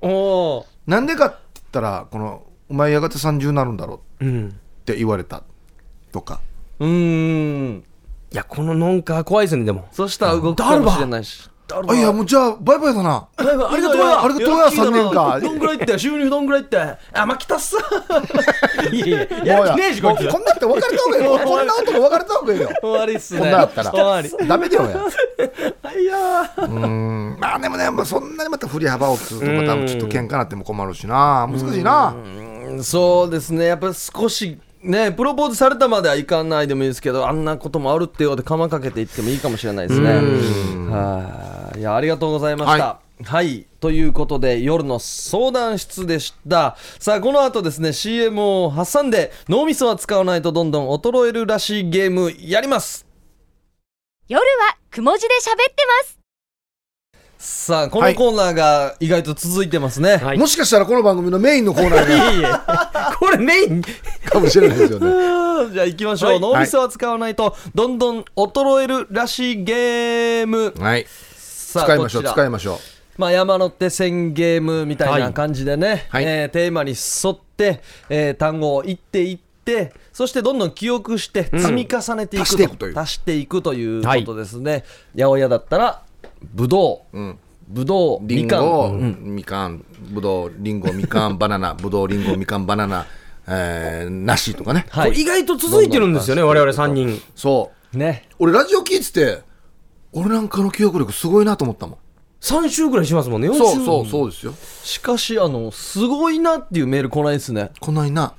[SPEAKER 1] お
[SPEAKER 3] なんでかって言ったらこのお前やがて30になるんだろう
[SPEAKER 2] うん。
[SPEAKER 3] って言われたとか
[SPEAKER 1] うーん
[SPEAKER 2] いや、このノンカー怖いですね、でも。
[SPEAKER 1] そしたら動くかもしれないしってある
[SPEAKER 3] あいやもうじゃあバイバイだな
[SPEAKER 1] ありが
[SPEAKER 3] とうやありがとうや三年間
[SPEAKER 1] どんぐらいって収入どんぐらいってあまあ来たっす
[SPEAKER 2] いやいや、
[SPEAKER 3] も
[SPEAKER 2] や
[SPEAKER 3] うや
[SPEAKER 2] る気ねえし、
[SPEAKER 3] も
[SPEAKER 2] こ
[SPEAKER 3] う
[SPEAKER 2] いつら
[SPEAKER 3] こんなって別れた方がいいよこんな男別れた方がいいよ
[SPEAKER 1] 終わりっすね
[SPEAKER 3] こんなだったら
[SPEAKER 1] 終わり
[SPEAKER 3] ダメだよや
[SPEAKER 1] いやー
[SPEAKER 3] うんまあでもね、まあ、そんなにまた振り幅をするとまたちょっと喧嘩なっても困るしな難しいな
[SPEAKER 1] うんそうですねやっぱり少しねプロポーズされたまではいかないでもいいですけどあんなこともあるってよって釜かけていってもいいかもしれないですねはいいやありがとうございました、
[SPEAKER 3] は
[SPEAKER 1] はい。ということで、夜の相談室でした。さあ、この後ですね、CM を挟んで、脳みそは使わないとどんどん衰えるらしいゲームやります。
[SPEAKER 4] 夜はくも字で喋ってます。
[SPEAKER 1] さあ、こ
[SPEAKER 3] は
[SPEAKER 1] の
[SPEAKER 3] い
[SPEAKER 1] コーナーが意外と続いてますね。
[SPEAKER 2] はい
[SPEAKER 3] もしかしたらこの番組のメインのコーナー
[SPEAKER 2] い
[SPEAKER 3] になる
[SPEAKER 2] やいや、これメイン、
[SPEAKER 3] かもしれないですよね
[SPEAKER 1] じゃあ行きましょう、
[SPEAKER 2] はい
[SPEAKER 1] 脳みそは使わないとどんどん衰えるらしいゲーム
[SPEAKER 3] はい
[SPEAKER 1] さあ
[SPEAKER 3] 使いましょう
[SPEAKER 1] こちら
[SPEAKER 3] 使いましょう
[SPEAKER 1] まあ、山手線ゲームみたいな感じでね、
[SPEAKER 3] はいはい
[SPEAKER 1] えーテーマに沿って、えー単語を言っていってそしてどんどん記憶して積み重ねていく
[SPEAKER 3] 足していくという
[SPEAKER 1] 足していくということですね、八百屋だったらぶどう、
[SPEAKER 3] ん
[SPEAKER 1] ぶどう
[SPEAKER 3] リ
[SPEAKER 1] み
[SPEAKER 3] ン
[SPEAKER 1] かん
[SPEAKER 3] ゴ、みかん、ぶどう、リンゴ、みかん、バナナ、ぶどう、リンゴ、みかん、バナナ、えー、梨とかね。
[SPEAKER 1] はい
[SPEAKER 2] これ意外と続いてるんですよね、我々三人。
[SPEAKER 3] そう。
[SPEAKER 1] ね
[SPEAKER 3] 俺、ラジオ聞いてて、俺なんかの記憶力すごいなと思ったもん。
[SPEAKER 2] 三週ぐらいしますもんね、四週。
[SPEAKER 3] そうそうそうですよ。
[SPEAKER 1] しかしあのすごいなっていうメール来ないですね
[SPEAKER 3] こんないな。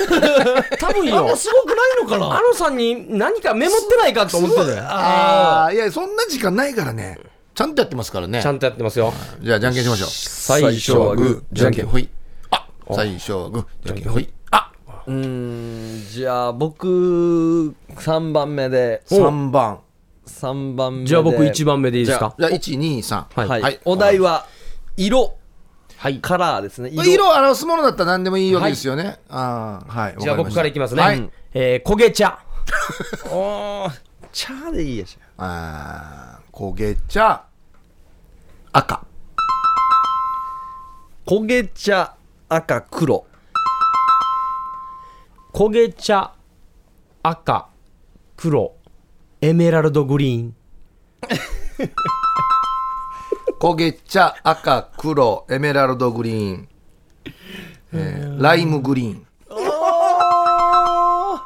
[SPEAKER 2] 多分
[SPEAKER 1] あん
[SPEAKER 2] よ
[SPEAKER 1] ま、すごくないのかな
[SPEAKER 2] あのさんに何かメモってないかと思ってたよ
[SPEAKER 3] ああー、いや、そんな時間ないからね。ちゃんとやってますからね
[SPEAKER 2] ちゃ。んとやってますよ。
[SPEAKER 3] じゃあ、じゃんけんしましょう。
[SPEAKER 2] 最初はグー、じゃんけん。
[SPEAKER 3] ほい。あ最初はグー、じゃんけんほい。あ
[SPEAKER 1] うーんじゃあ僕3番目で
[SPEAKER 3] 三番。
[SPEAKER 1] 3番目で
[SPEAKER 2] じゃあ僕一番目でいいですか
[SPEAKER 3] じゃあ、1、2、3。
[SPEAKER 1] はい、
[SPEAKER 3] はい
[SPEAKER 1] お題は色
[SPEAKER 2] はい。
[SPEAKER 1] カラーですね
[SPEAKER 3] 色色を表すものだったら何でもいいわけですよね。ああ、はい。
[SPEAKER 2] じゃ
[SPEAKER 3] わりま
[SPEAKER 2] あ僕
[SPEAKER 3] した
[SPEAKER 2] からいきます
[SPEAKER 3] はい
[SPEAKER 2] ね。えー、焦げ茶。
[SPEAKER 1] おー茶でいいやし
[SPEAKER 3] あー焦げ茶赤
[SPEAKER 1] 焦げ茶赤黒
[SPEAKER 2] 焦げ茶、赤、黒、エメラルドグリーン。
[SPEAKER 3] 焦げ茶赤黒エメラルドグリーン、えーライムグリーン
[SPEAKER 1] うわ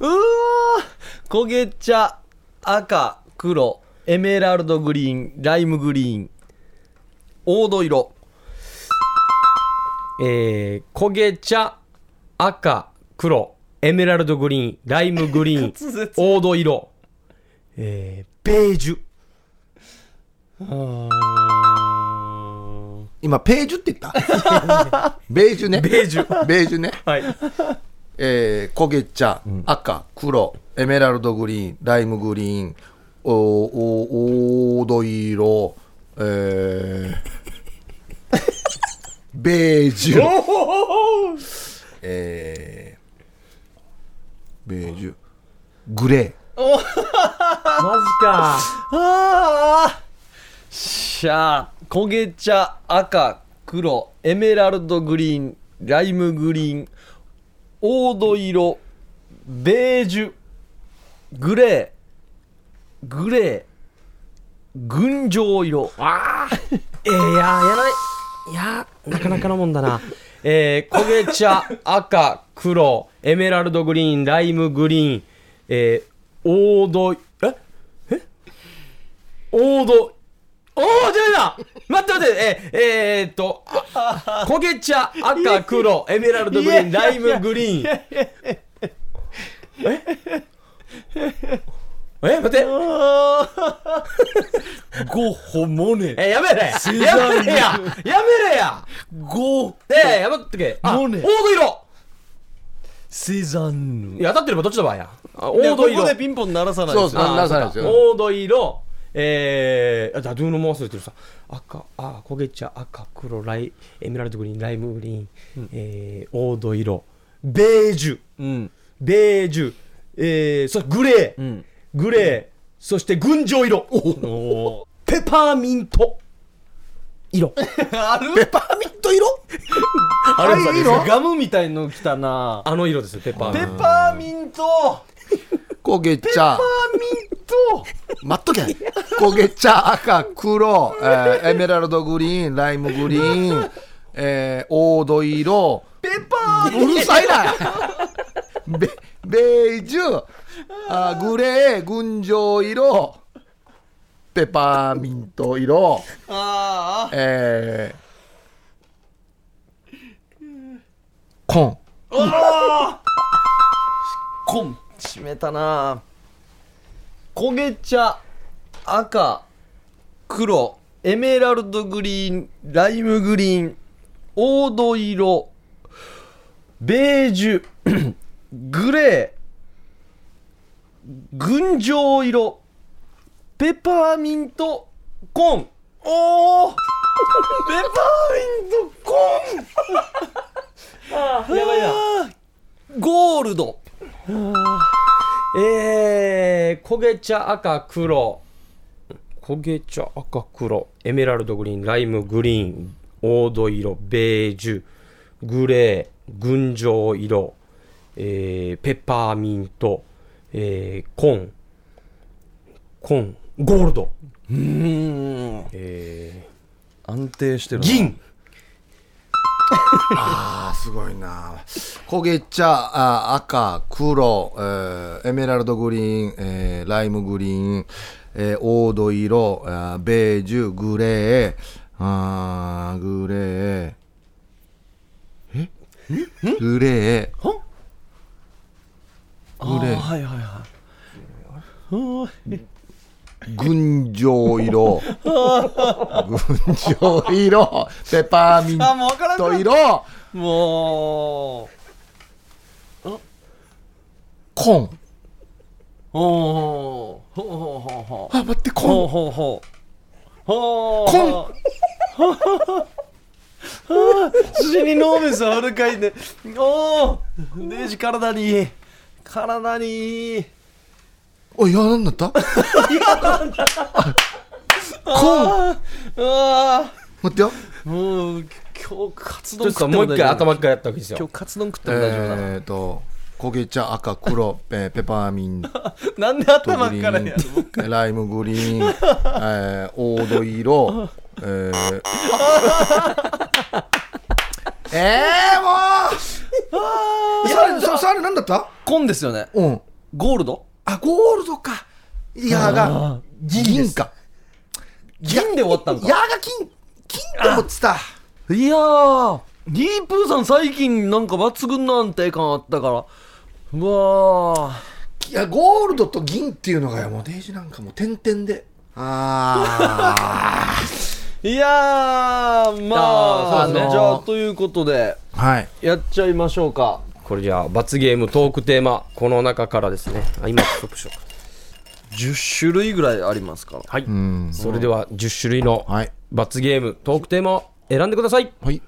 [SPEAKER 1] ー焦げ茶赤黒エメラルドグリーンライムグリーン黄土色
[SPEAKER 2] えー、焦げ茶、赤、黒、エメラルドグリーン、ライムグ リーン、
[SPEAKER 1] 滑舌
[SPEAKER 2] 黄土色、えー、ベージュ。
[SPEAKER 3] 今ページュって言った ベージュねベージュベージュね、
[SPEAKER 2] はい。
[SPEAKER 3] えー焦げ茶赤黒エメラルドグリーンライムグリーンおお黄土色えーベージュえー、ベージュグレ
[SPEAKER 2] マジか。
[SPEAKER 1] ああしゃあ焦げ茶赤黒エメラルドグリーンライムグリーン黄土色ベージュグレーグレー群青色
[SPEAKER 2] えー、いやー、やらない。いやー、なかなかのもんだな。えー、焦 げ茶、赤、黒、エメラルドグリーン、ライムグリーン、えー、黄土、ええ黄土、おー、じゃあ待って待って、えー、えー、っと、あ焦げ茶、赤、黒、エメラルドグリーン、
[SPEAKER 1] いや
[SPEAKER 2] ラ
[SPEAKER 1] い
[SPEAKER 2] イ
[SPEAKER 1] やいや
[SPEAKER 2] ムグリーン。ええ、待って。
[SPEAKER 1] ゴホモネ
[SPEAKER 2] え、やめれや
[SPEAKER 1] セ
[SPEAKER 2] や
[SPEAKER 1] ザン
[SPEAKER 2] め
[SPEAKER 1] ヌ
[SPEAKER 2] れややめれや
[SPEAKER 1] ゴ
[SPEAKER 2] ええやばっとけ。あ、
[SPEAKER 1] も
[SPEAKER 2] 黄
[SPEAKER 1] うね
[SPEAKER 2] 土色
[SPEAKER 1] セザン
[SPEAKER 2] い
[SPEAKER 1] ヌ
[SPEAKER 2] や、当たってればどっちだばや。あ黄
[SPEAKER 1] いや
[SPEAKER 2] 土
[SPEAKER 1] こ
[SPEAKER 2] 色
[SPEAKER 1] こ。でピンポン鳴らさない
[SPEAKER 3] そう
[SPEAKER 1] です
[SPEAKER 3] そ
[SPEAKER 1] よ
[SPEAKER 3] う
[SPEAKER 2] あ
[SPEAKER 3] なさないですよ
[SPEAKER 2] 黄土色、えー、あ、だ、どうのも忘れてるさ。赤、あ、焦げ茶、赤、黒、ライ、エメラルドグリーン、ライムグリーン、えー、黄土色、ベージュ、
[SPEAKER 1] うん
[SPEAKER 2] ベージュ、えー、そグレー、
[SPEAKER 1] ん
[SPEAKER 2] グレー、そして群青色、ペパーミント色。
[SPEAKER 1] ある ペパーミント色あるんですよガムみたいの来たな
[SPEAKER 2] あの色ですよ、ペパーミント
[SPEAKER 1] ペ。パーミント
[SPEAKER 3] 焦げ茶
[SPEAKER 1] ペパーミント
[SPEAKER 3] 待っとけ焦げ茶赤黒、えーエメラルドグリーンライムグリーン、えー、黄土色ペッパーうるさいなベベージュあーグレー群青色ペパーミント色
[SPEAKER 1] ああ
[SPEAKER 3] えー、コン
[SPEAKER 1] コン締めたな焦げ茶赤黒エメラルドグリーンライムグリーン黄土色ベージュ グレー群青色ペパーミントコンおーペパーミントコン
[SPEAKER 2] やばいな
[SPEAKER 1] ゴールド
[SPEAKER 2] えー、焦げ茶赤黒焦げ茶赤黒エメラルドグリーンライムグリーン黄土色ベージュグレー群青色、えー、ペッパーミント、えー、コンコンゴールド
[SPEAKER 1] うん
[SPEAKER 2] え
[SPEAKER 1] 安定してる
[SPEAKER 2] ー、
[SPEAKER 1] な
[SPEAKER 2] 銀
[SPEAKER 3] あーすごいな焦げ茶あ赤黒、えーエメラルドグリーン、えーライムグリーン、えー黄土色あーベージュグレーあーグレーえグレー
[SPEAKER 1] あ
[SPEAKER 3] グレ
[SPEAKER 1] ー
[SPEAKER 3] ー
[SPEAKER 1] はいはいはい
[SPEAKER 3] 群青色群青色ペパーミン
[SPEAKER 1] あもう分からんく
[SPEAKER 3] ト
[SPEAKER 1] なっ
[SPEAKER 3] 色
[SPEAKER 1] たもう
[SPEAKER 3] コン
[SPEAKER 1] ほうほうほうほうほう
[SPEAKER 3] あ待ってコン
[SPEAKER 1] ほうほうほうほう
[SPEAKER 3] コ
[SPEAKER 1] 死にノーメスはるかいねおおデージ体にいい体にいい
[SPEAKER 3] おいやなんだった コン
[SPEAKER 1] あーあ
[SPEAKER 3] 待ってよ
[SPEAKER 1] ーもう今日カツ
[SPEAKER 2] ちょ
[SPEAKER 1] 丼
[SPEAKER 2] っと
[SPEAKER 1] 食って
[SPEAKER 2] もう一回頭
[SPEAKER 1] 今
[SPEAKER 2] からやったわけです
[SPEAKER 1] 日
[SPEAKER 2] よ
[SPEAKER 1] カツ丼食っても大丈夫だな、
[SPEAKER 3] えーと焦げ茶赤黒ペペパーミント
[SPEAKER 1] なんで頭
[SPEAKER 3] グリ
[SPEAKER 1] からやる
[SPEAKER 3] ーンライムグリーン、えー、黄土色えー、えー、もうさあさあさあ何だった
[SPEAKER 1] 紺ですよね
[SPEAKER 3] うん
[SPEAKER 1] ゴールド
[SPEAKER 3] あゴールドか矢が銀か
[SPEAKER 1] 銀で終わったん
[SPEAKER 3] 矢
[SPEAKER 1] か
[SPEAKER 3] が金金と思ってた
[SPEAKER 1] いやーディープーさん最近なんか抜群の安定感あったからうわー
[SPEAKER 3] いやゴールドと銀っていうのがもうデージなんかもう点々であ
[SPEAKER 1] いやーまあ
[SPEAKER 2] あーそうですね
[SPEAKER 1] じゃあということで
[SPEAKER 3] あはい
[SPEAKER 1] やっちゃいましょうか
[SPEAKER 2] これじゃあ罰ゲームトークテーマこの中からですねあ今ストップしようか
[SPEAKER 1] 10種類ぐらいありますから
[SPEAKER 2] はい
[SPEAKER 3] うん
[SPEAKER 2] それでは10種類の
[SPEAKER 3] はい
[SPEAKER 2] 罰ゲームトークテーマを選んでください
[SPEAKER 3] はい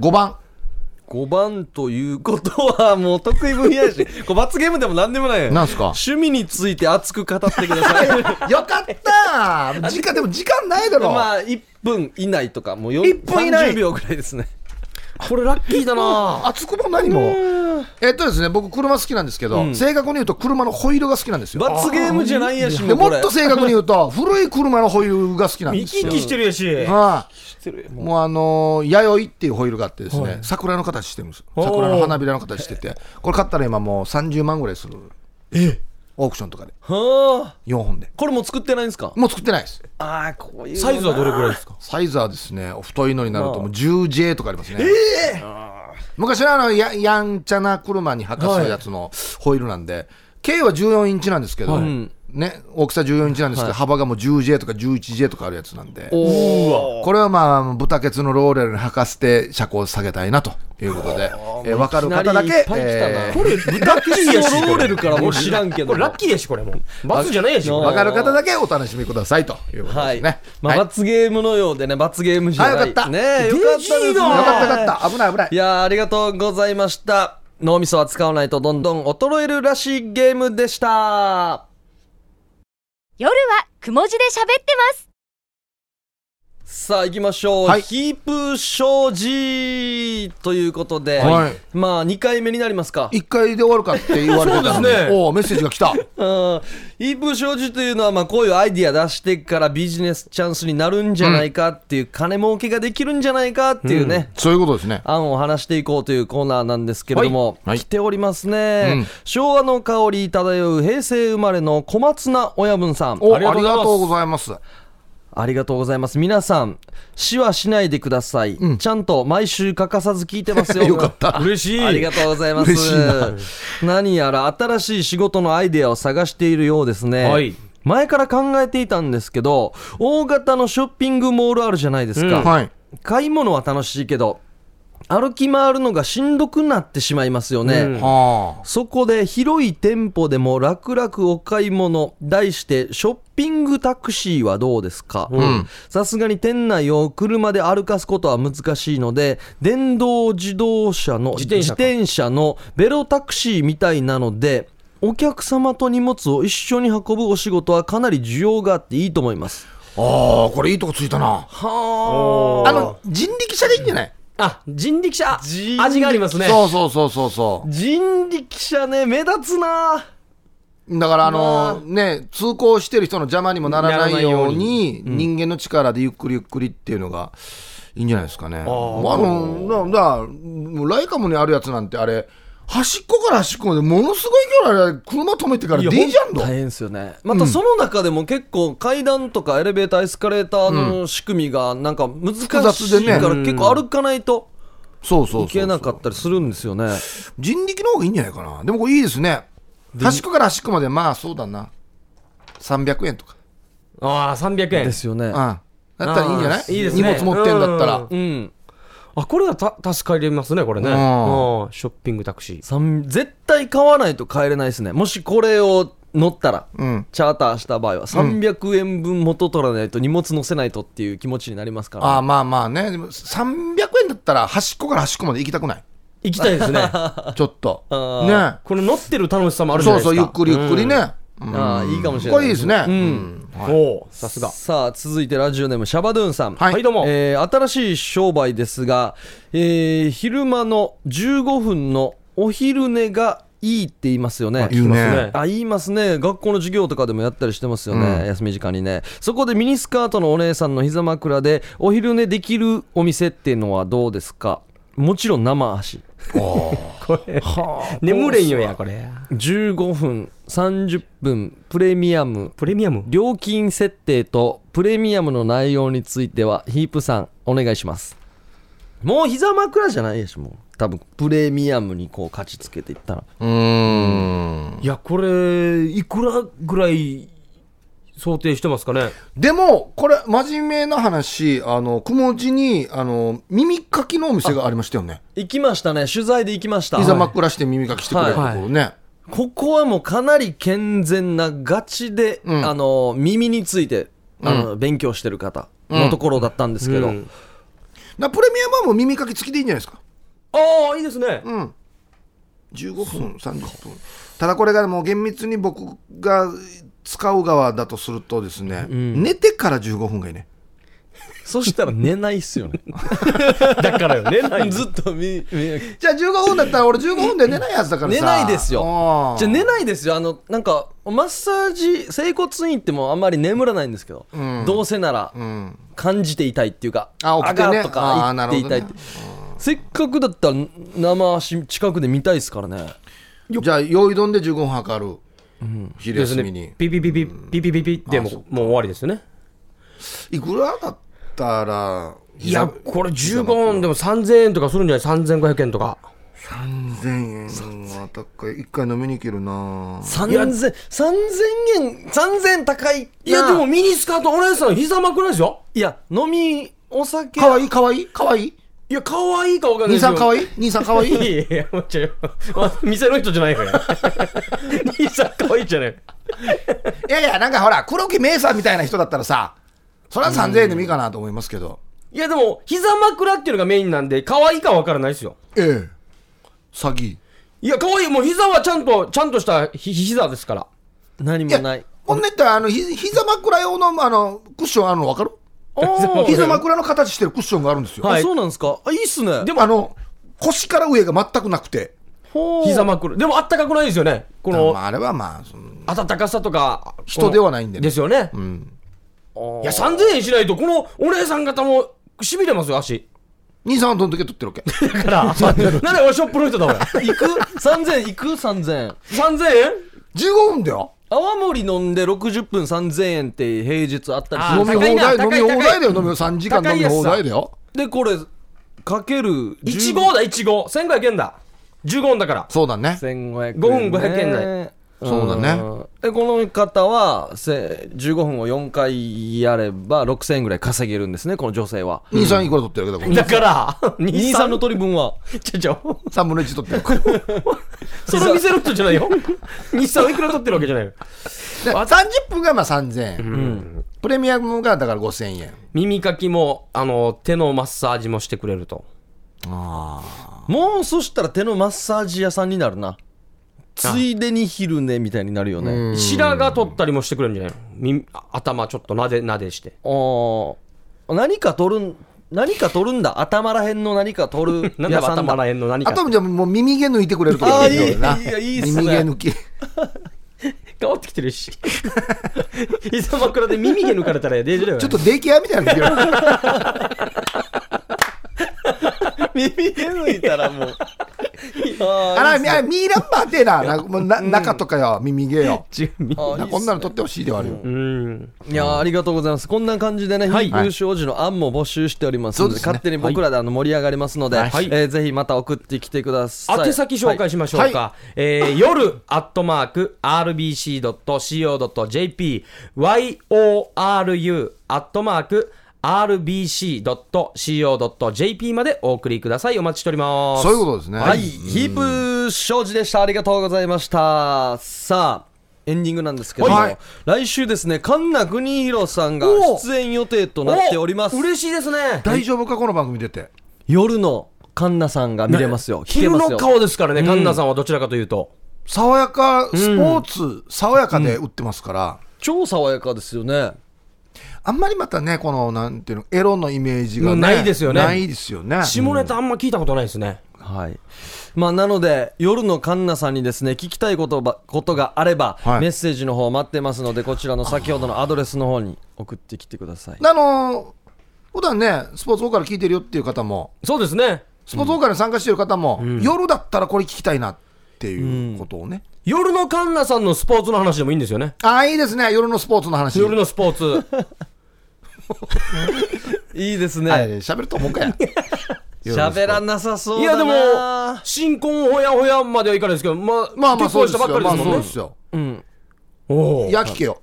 [SPEAKER 3] 5番
[SPEAKER 1] 5番ということはもう得意分野やし これ罰ゲームでも何でもないよ
[SPEAKER 3] なんすか
[SPEAKER 1] 趣味について熱く語ってください
[SPEAKER 3] よかった時間でも時間ないだろ、
[SPEAKER 1] まあ1分以内とかもう
[SPEAKER 3] 1
[SPEAKER 1] 1
[SPEAKER 3] 分
[SPEAKER 1] 分
[SPEAKER 3] 以
[SPEAKER 1] 以
[SPEAKER 3] 内
[SPEAKER 1] 内30秒ぐらいですね
[SPEAKER 2] これラッキーだな
[SPEAKER 3] あつくも何もえっとですね僕車好きなんですけど、正確に言うと車のホイールが好きなんですよ
[SPEAKER 1] 罰ゲームじゃないやし
[SPEAKER 3] で
[SPEAKER 1] もうこ
[SPEAKER 3] もっ
[SPEAKER 1] れ
[SPEAKER 3] と正確に言うと古い車のホイールが好きなんですよ
[SPEAKER 2] てるやし
[SPEAKER 3] はい
[SPEAKER 1] してるよもう
[SPEAKER 3] もうあのー弥生っていうホイールがあってですね、桜の形してるんです桜の花びらの形しててこれ買ったら今もう30万ぐらいするオークションとかで
[SPEAKER 1] はあ
[SPEAKER 3] 4本で
[SPEAKER 1] これもう作ってないんですか
[SPEAKER 3] もう作ってないです
[SPEAKER 1] ああこういう
[SPEAKER 2] サイズはどれくらいですか
[SPEAKER 3] サイズはですねお太いのになるともう 10J とかありますね昔のあのややんちゃな車に履かすやつのホイールなんで径は14インチなんですけど、ね、大きさ14インチなんですけど、幅がもう 10J とか 11J とかあるやつなんで
[SPEAKER 1] お
[SPEAKER 3] これはまあ豚ケツのローレルに履かせて車高を下げたいなということで、えー、分かる方だ
[SPEAKER 1] いきなりい
[SPEAKER 3] け
[SPEAKER 1] っぱい来たな
[SPEAKER 3] えー
[SPEAKER 2] これラッキ
[SPEAKER 1] ーやしこれローレルからもう知らんけど
[SPEAKER 2] これ ラッキーやしこれもう罰じゃないやしこ
[SPEAKER 1] わ
[SPEAKER 2] れ
[SPEAKER 3] 分かる方だけお楽しみくださいということ
[SPEAKER 1] は
[SPEAKER 3] で
[SPEAKER 1] い、
[SPEAKER 3] すね。
[SPEAKER 1] まあ、
[SPEAKER 3] はい
[SPEAKER 1] 罰ゲームのようでね罰ゲームじゃない
[SPEAKER 3] あよかった
[SPEAKER 1] ねえよかったですね
[SPEAKER 2] デジーだ
[SPEAKER 3] よかったよかった危ない危ない
[SPEAKER 1] いやーありがとうございました脳みそは使わないとどんどん衰えるらしいゲームでした
[SPEAKER 4] 夜はくも字で喋ってます。
[SPEAKER 1] さあ行きましょう、
[SPEAKER 3] はい
[SPEAKER 1] ヒープ障子ということで、
[SPEAKER 3] はい
[SPEAKER 1] まあ2回目になりますか
[SPEAKER 3] 一回で終わるかって言われてたのに
[SPEAKER 2] そうですね
[SPEAKER 3] おおメッセージが来た
[SPEAKER 1] うんイープー商事というのは、まあ、こういうアイディア出してからビジネスチャンスになるんじゃないかっていう、金儲けができるんじゃないかっていうね、
[SPEAKER 3] そういうことですね。
[SPEAKER 1] 案を話していこうというコーナーなんですけれども、
[SPEAKER 3] はいはい
[SPEAKER 1] 来ておりますね、
[SPEAKER 3] うん
[SPEAKER 1] 昭和の香り漂う平成生まれの小松菜親分さん
[SPEAKER 3] お
[SPEAKER 1] あ
[SPEAKER 3] あ
[SPEAKER 1] り
[SPEAKER 3] り
[SPEAKER 1] が
[SPEAKER 3] が
[SPEAKER 1] とうございます
[SPEAKER 3] とうございます。
[SPEAKER 1] ありがとうございます皆さん死はしないでください、ちゃんと毎週欠かさず聞いてますよ
[SPEAKER 3] よかった
[SPEAKER 1] あ
[SPEAKER 2] 嬉しい
[SPEAKER 1] ありがとうございます
[SPEAKER 3] 嬉しいな
[SPEAKER 1] 何やら新しい仕事のアイデアを探しているようですね、
[SPEAKER 2] はい
[SPEAKER 1] 前から考えていたんですけど大型のショッピングモールあるじゃないですか、
[SPEAKER 2] うん
[SPEAKER 3] はい。
[SPEAKER 1] 買い物は楽しいけど歩き回るのがしんどくなってしまいますよね、
[SPEAKER 2] うん
[SPEAKER 3] は
[SPEAKER 1] そこで広い店舗でも楽々お買い物題してショッピングタクシーはどうですか
[SPEAKER 3] ん
[SPEAKER 1] さすがに店内を車で歩かすことは難しいので電動自動車の
[SPEAKER 2] 自転車か
[SPEAKER 1] 転車のベロタクシーみたいなのでお客様と荷物を一緒に運ぶお仕事はかなり需要があっていいと思います
[SPEAKER 3] あ。ああ、これいいとこついたな。
[SPEAKER 1] は
[SPEAKER 3] あの、人力車でいいんじゃない
[SPEAKER 2] あ人力車
[SPEAKER 1] 人力
[SPEAKER 2] 味がありますね
[SPEAKER 3] そうそうそうそうそ
[SPEAKER 1] 人力車ね目立つな
[SPEAKER 3] う。だからあのね、通行してる人の邪魔にもならないように、人間の力でゆっくりゆっくりっていうのがいいんじゃないですかね。あの、だ、だ、もうライカムにあるやつなんてあれ、端っこから端っこまでものすごい距離あれ、車止めてから
[SPEAKER 2] いや
[SPEAKER 3] デイジャンド。
[SPEAKER 1] 大変ですよねまたその中でも結構階段とかエレベーターエスカレーターの仕組みがなんか難しいから
[SPEAKER 3] 複雑でね
[SPEAKER 1] 結構歩かないと
[SPEAKER 3] そうそうそうそう。
[SPEAKER 1] いけなかったりするんですよね
[SPEAKER 3] 人力の方がいいんじゃないかなでもこれいいですね端っこから端っこまでまあそうだな300円とか
[SPEAKER 2] ああ300円
[SPEAKER 1] ですよね
[SPEAKER 3] うんだったらいいんじゃない
[SPEAKER 2] あーいいですね
[SPEAKER 3] 荷物持ってんだったら
[SPEAKER 1] うん
[SPEAKER 2] あこれはた助かりますねこれね
[SPEAKER 3] う
[SPEAKER 2] うんんショッピングタクシー
[SPEAKER 1] さん絶対買わないと帰れないですねもしこれを乗ったら、
[SPEAKER 3] うん
[SPEAKER 1] チャーターした場合は300円分元取らないと荷物乗せないとっていう気持ちになりますから、
[SPEAKER 3] ああまあまあねでも300円だったら端っこから端っこまで行きたくない
[SPEAKER 2] 行きたいです ね
[SPEAKER 3] ちょっと
[SPEAKER 1] あ
[SPEAKER 3] ね
[SPEAKER 2] この乗ってる楽しさもあるじゃ
[SPEAKER 3] そ
[SPEAKER 2] な
[SPEAKER 3] う
[SPEAKER 2] いです
[SPEAKER 3] そ
[SPEAKER 2] か
[SPEAKER 3] うゆっくりゆっくりねうん
[SPEAKER 1] あーいいかもしれない
[SPEAKER 3] これいいですねうんはい
[SPEAKER 2] おおさすが
[SPEAKER 1] さあ続いてラジオネームシャバドゥンさん
[SPEAKER 3] はい
[SPEAKER 2] はいどうも
[SPEAKER 1] えー新しい商売ですが、えー昼間の15分のお昼寝がいいって言いますよね。
[SPEAKER 3] 言う
[SPEAKER 2] 行きます
[SPEAKER 3] ね
[SPEAKER 2] ね
[SPEAKER 1] あ言いますね学校の授業とかでもやったりしてますよね、
[SPEAKER 3] うん
[SPEAKER 1] 休み時間にねそこでミニスカートのお姉さんの膝枕でお昼寝できるお店っていうのはどうですかもちろん生足
[SPEAKER 2] これ眠れんよやこれ
[SPEAKER 1] 15分30分プレミアム
[SPEAKER 2] プレミアム
[SPEAKER 1] 料金設定とプレミアムの内容についてはヒープさんお願いしますもう膝枕じゃないでしょもう多分プレミアムにこう勝ちつけていったら
[SPEAKER 3] うーん
[SPEAKER 2] いやこれいくらぐらい想定してますかね
[SPEAKER 3] でもこれ真面目な話あの雲地にあの耳かきのお店がありましたよね
[SPEAKER 1] 行きましたね取材で行きました
[SPEAKER 3] 膝真っ暗して耳かきしてくれるところね、
[SPEAKER 1] ここはもうかなり健全なガチで、
[SPEAKER 3] うん
[SPEAKER 1] あの耳についてあの、勉強してる方のところだったんですけど、
[SPEAKER 2] うん
[SPEAKER 3] なプレミアムはもう耳かき付きでいいんじゃないですか
[SPEAKER 2] ああいいですね
[SPEAKER 3] うん15分30分ただこれがもう厳密に僕が使う側だとするとですね、寝てから15分がいいね
[SPEAKER 1] そしたら寝ないっす よね
[SPEAKER 2] だから よねない
[SPEAKER 1] ずっとみみ
[SPEAKER 3] じゃあ15分だったら俺15分で寝ないやつだからさ
[SPEAKER 1] 寝ないですよ
[SPEAKER 3] あー
[SPEAKER 1] じゃあ寝ないですよあのなんかマッサージ整骨院行ってもあんまり眠らないんですけど、
[SPEAKER 3] うん
[SPEAKER 1] どうせなら
[SPEAKER 3] うん
[SPEAKER 1] 感じていたいっていうか、
[SPEAKER 3] あ起きてね
[SPEAKER 1] あがーと
[SPEAKER 3] あー
[SPEAKER 1] か
[SPEAKER 3] な
[SPEAKER 1] 言
[SPEAKER 3] る
[SPEAKER 1] って
[SPEAKER 3] ほ
[SPEAKER 1] いた
[SPEAKER 3] ど
[SPEAKER 1] い
[SPEAKER 3] ね
[SPEAKER 1] って、せっかくだったら生足近くで見たいですからね
[SPEAKER 3] じゃあ用意どんで15分測る、昼
[SPEAKER 2] です
[SPEAKER 3] 休みに
[SPEAKER 2] ねピピピピピピピピでももう終わりですよね
[SPEAKER 3] いくらだったら
[SPEAKER 2] いやこれ15分でも3000円とかするんじゃない3500円とか
[SPEAKER 3] 3000円は高い一回飲みに行けるな
[SPEAKER 1] 3000 3000円3000円高い
[SPEAKER 2] いやでも
[SPEAKER 1] な
[SPEAKER 2] ミニスカートお姉さん膝枕ですよ
[SPEAKER 1] いや飲みお酒
[SPEAKER 3] かわいいかわいいかわいい
[SPEAKER 2] いや可愛いかわかんない
[SPEAKER 3] 兄さんかわ
[SPEAKER 2] い
[SPEAKER 3] いい兄さんかわい
[SPEAKER 2] い
[SPEAKER 3] い
[SPEAKER 2] やいやもうちょいま店の人じゃないから兄さん可愛いじゃない
[SPEAKER 3] いやいや、なんかほら、黒木メイさんみたいな人だったらさ、それは3000円でもいいかなと思いますけど。
[SPEAKER 2] いやでも膝枕っていうのがメインなんで可愛いかわからないですよ
[SPEAKER 3] ええ。詐欺。い
[SPEAKER 2] いや可愛いもう膝はちゃんとちゃんとしたひ膝ですから
[SPEAKER 1] 何も
[SPEAKER 3] や
[SPEAKER 1] ない、
[SPEAKER 3] こんなったら、あの、ひ膝枕用の、あの、クッションあるの分かる
[SPEAKER 2] お
[SPEAKER 3] 膝枕の形してるクッションがあるんですよ。
[SPEAKER 2] はい
[SPEAKER 1] あそうなんですかあいいっすね
[SPEAKER 3] でも、あの、腰から上が全くなくて、
[SPEAKER 1] ほう
[SPEAKER 2] 膝枕でもあったかくないですよねこの
[SPEAKER 3] まあ、あれはまあその
[SPEAKER 2] 暖かさとか
[SPEAKER 3] 人ではないんでね
[SPEAKER 2] ですよね、
[SPEAKER 3] うん
[SPEAKER 2] いや3000円しないとこのお姉さん方もしびれますよ足
[SPEAKER 3] 兄さんはどんだけ取ってるわけ
[SPEAKER 2] だから なんで俺ショップの人だ 俺
[SPEAKER 1] 行く ?3000 行く ?3000
[SPEAKER 2] 3000円
[SPEAKER 3] 15分だよ
[SPEAKER 1] 泡盛飲んで60分3000円って平日あったりす
[SPEAKER 2] あ
[SPEAKER 1] る
[SPEAKER 3] 飲
[SPEAKER 1] んで
[SPEAKER 3] み
[SPEAKER 1] す
[SPEAKER 3] 放
[SPEAKER 1] よ
[SPEAKER 2] 高いな
[SPEAKER 3] 題
[SPEAKER 2] 高
[SPEAKER 3] 飲み
[SPEAKER 2] い
[SPEAKER 3] 放
[SPEAKER 2] 高い
[SPEAKER 3] 題だよ飲み3時間飲み放題だよ
[SPEAKER 1] でこれかける
[SPEAKER 2] いちごだいちご1500円だ15円だから
[SPEAKER 3] そうだね
[SPEAKER 1] 1500円
[SPEAKER 2] 5分500円台
[SPEAKER 3] そうだね
[SPEAKER 1] んでこの方はせ15分を4回やれば6000円ぐらい稼げるんですねこの女性は
[SPEAKER 3] 兄さんいくら取ってるわけだこ
[SPEAKER 2] だから
[SPEAKER 1] 兄
[SPEAKER 2] 23
[SPEAKER 1] さん
[SPEAKER 2] の
[SPEAKER 1] の取り分は
[SPEAKER 2] ちょちょ
[SPEAKER 3] れ3分の1取ってるわけ
[SPEAKER 2] その店の人じゃないよ日産いくら取ってるわけじゃないよ
[SPEAKER 3] で30分がまあ3000円、プレミアムがだから5000円
[SPEAKER 2] 耳かきもあの手のマッサージもしてくれると
[SPEAKER 1] もうそしたら手のマッサージ屋さんになるなついでに昼寝みたいになるよね、あ
[SPEAKER 2] 白髪取ったりもしてくれるんじゃないの耳頭ちょっとなでなでして
[SPEAKER 1] ー何か取るん何か取るんだ頭らへんの何か取る
[SPEAKER 2] なんだ
[SPEAKER 1] 屋さん
[SPEAKER 2] 頭
[SPEAKER 1] だ
[SPEAKER 2] らへんの何か
[SPEAKER 3] あとじゃあもう耳毛抜いてくれるとか
[SPEAKER 1] あーいい
[SPEAKER 3] ない
[SPEAKER 1] やいいっすね
[SPEAKER 3] 耳毛抜き
[SPEAKER 2] 変わってきてるし 膝枕で耳毛抜かれたらデジだよね
[SPEAKER 3] ちょっとデイケアみたいなのできる
[SPEAKER 1] 耳毛抜いたら もう
[SPEAKER 3] あ
[SPEAKER 1] あ
[SPEAKER 3] らみあミーランバーってえななもうな中とかよ耳毛よ
[SPEAKER 2] 違う耳
[SPEAKER 1] ーいいっすね
[SPEAKER 3] こんなの取ってほしいではあるよ、
[SPEAKER 2] うん
[SPEAKER 1] いやーありがとうございますこんな感じでね
[SPEAKER 2] はい
[SPEAKER 1] 優勝商事の案も募集しておりますので
[SPEAKER 3] そうですね
[SPEAKER 1] 勝手に僕らであの盛り上がりますので、
[SPEAKER 2] はい
[SPEAKER 1] えーぜひまた送ってきてください
[SPEAKER 2] 宛先紹介しましょうか、えー夜アットマーク RBC.CO.JP YORU アットマーク RBC.CO.JP までお送りくださいお待ちしております
[SPEAKER 3] そういうことですね
[SPEAKER 1] はい、ヒープ庄司でしたありがとうございましたさあエンディングなんですけども、
[SPEAKER 3] はい
[SPEAKER 1] 来週ですね神名国広さんが
[SPEAKER 2] お
[SPEAKER 1] 出演予定となっております
[SPEAKER 2] お嬉しいですね
[SPEAKER 3] 大丈夫かこの番組出て
[SPEAKER 1] 夜の神名さんが見れますよ、聞け
[SPEAKER 2] 昼
[SPEAKER 1] ます
[SPEAKER 2] の
[SPEAKER 1] よ
[SPEAKER 2] 顔ですからね神田さんはどちらかというと、
[SPEAKER 3] 爽やかスポーツ、爽やかで打ってますから、
[SPEAKER 1] 超爽やかですよね
[SPEAKER 3] あんまりまたねこのなんていうのエロのイメージが、ね、
[SPEAKER 2] ないですよね
[SPEAKER 3] ないですよね
[SPEAKER 2] 下ネタあんま聞いたことないですね、
[SPEAKER 1] はいまあ、なので夜のカンナさんにですね聞きたいことばことがあれば、
[SPEAKER 3] はい
[SPEAKER 1] メッセージの方待ってますのでこちらの先ほどのアドレスの方に送ってきてください
[SPEAKER 3] あの普段ねスポーツ王から聞いてるよっていう方も
[SPEAKER 2] そうですね
[SPEAKER 3] スポーツ王から参加してる方も、夜だったらこれ聞きたいなっていうことをね、
[SPEAKER 2] 夜の神田さんのスポーツの話でもいいんですよね
[SPEAKER 3] ああいいですね夜のスポーツの話
[SPEAKER 2] 夜のスポーツ
[SPEAKER 1] いいですね、
[SPEAKER 3] はい喋ると思うかや
[SPEAKER 1] 喋らなさそう
[SPEAKER 2] いや
[SPEAKER 1] だ
[SPEAKER 2] で
[SPEAKER 1] な
[SPEAKER 2] も新婚ほやほやまではいかないですけどま
[SPEAKER 3] ま
[SPEAKER 2] あ
[SPEAKER 3] あまあ
[SPEAKER 2] 結
[SPEAKER 3] そうで
[SPEAKER 2] 婚し
[SPEAKER 3] す
[SPEAKER 2] たばっか
[SPEAKER 3] よ
[SPEAKER 2] り
[SPEAKER 3] ま
[SPEAKER 2] で
[SPEAKER 3] あそう
[SPEAKER 2] すもんね、
[SPEAKER 3] ですよ
[SPEAKER 2] おお
[SPEAKER 3] いや聞けよ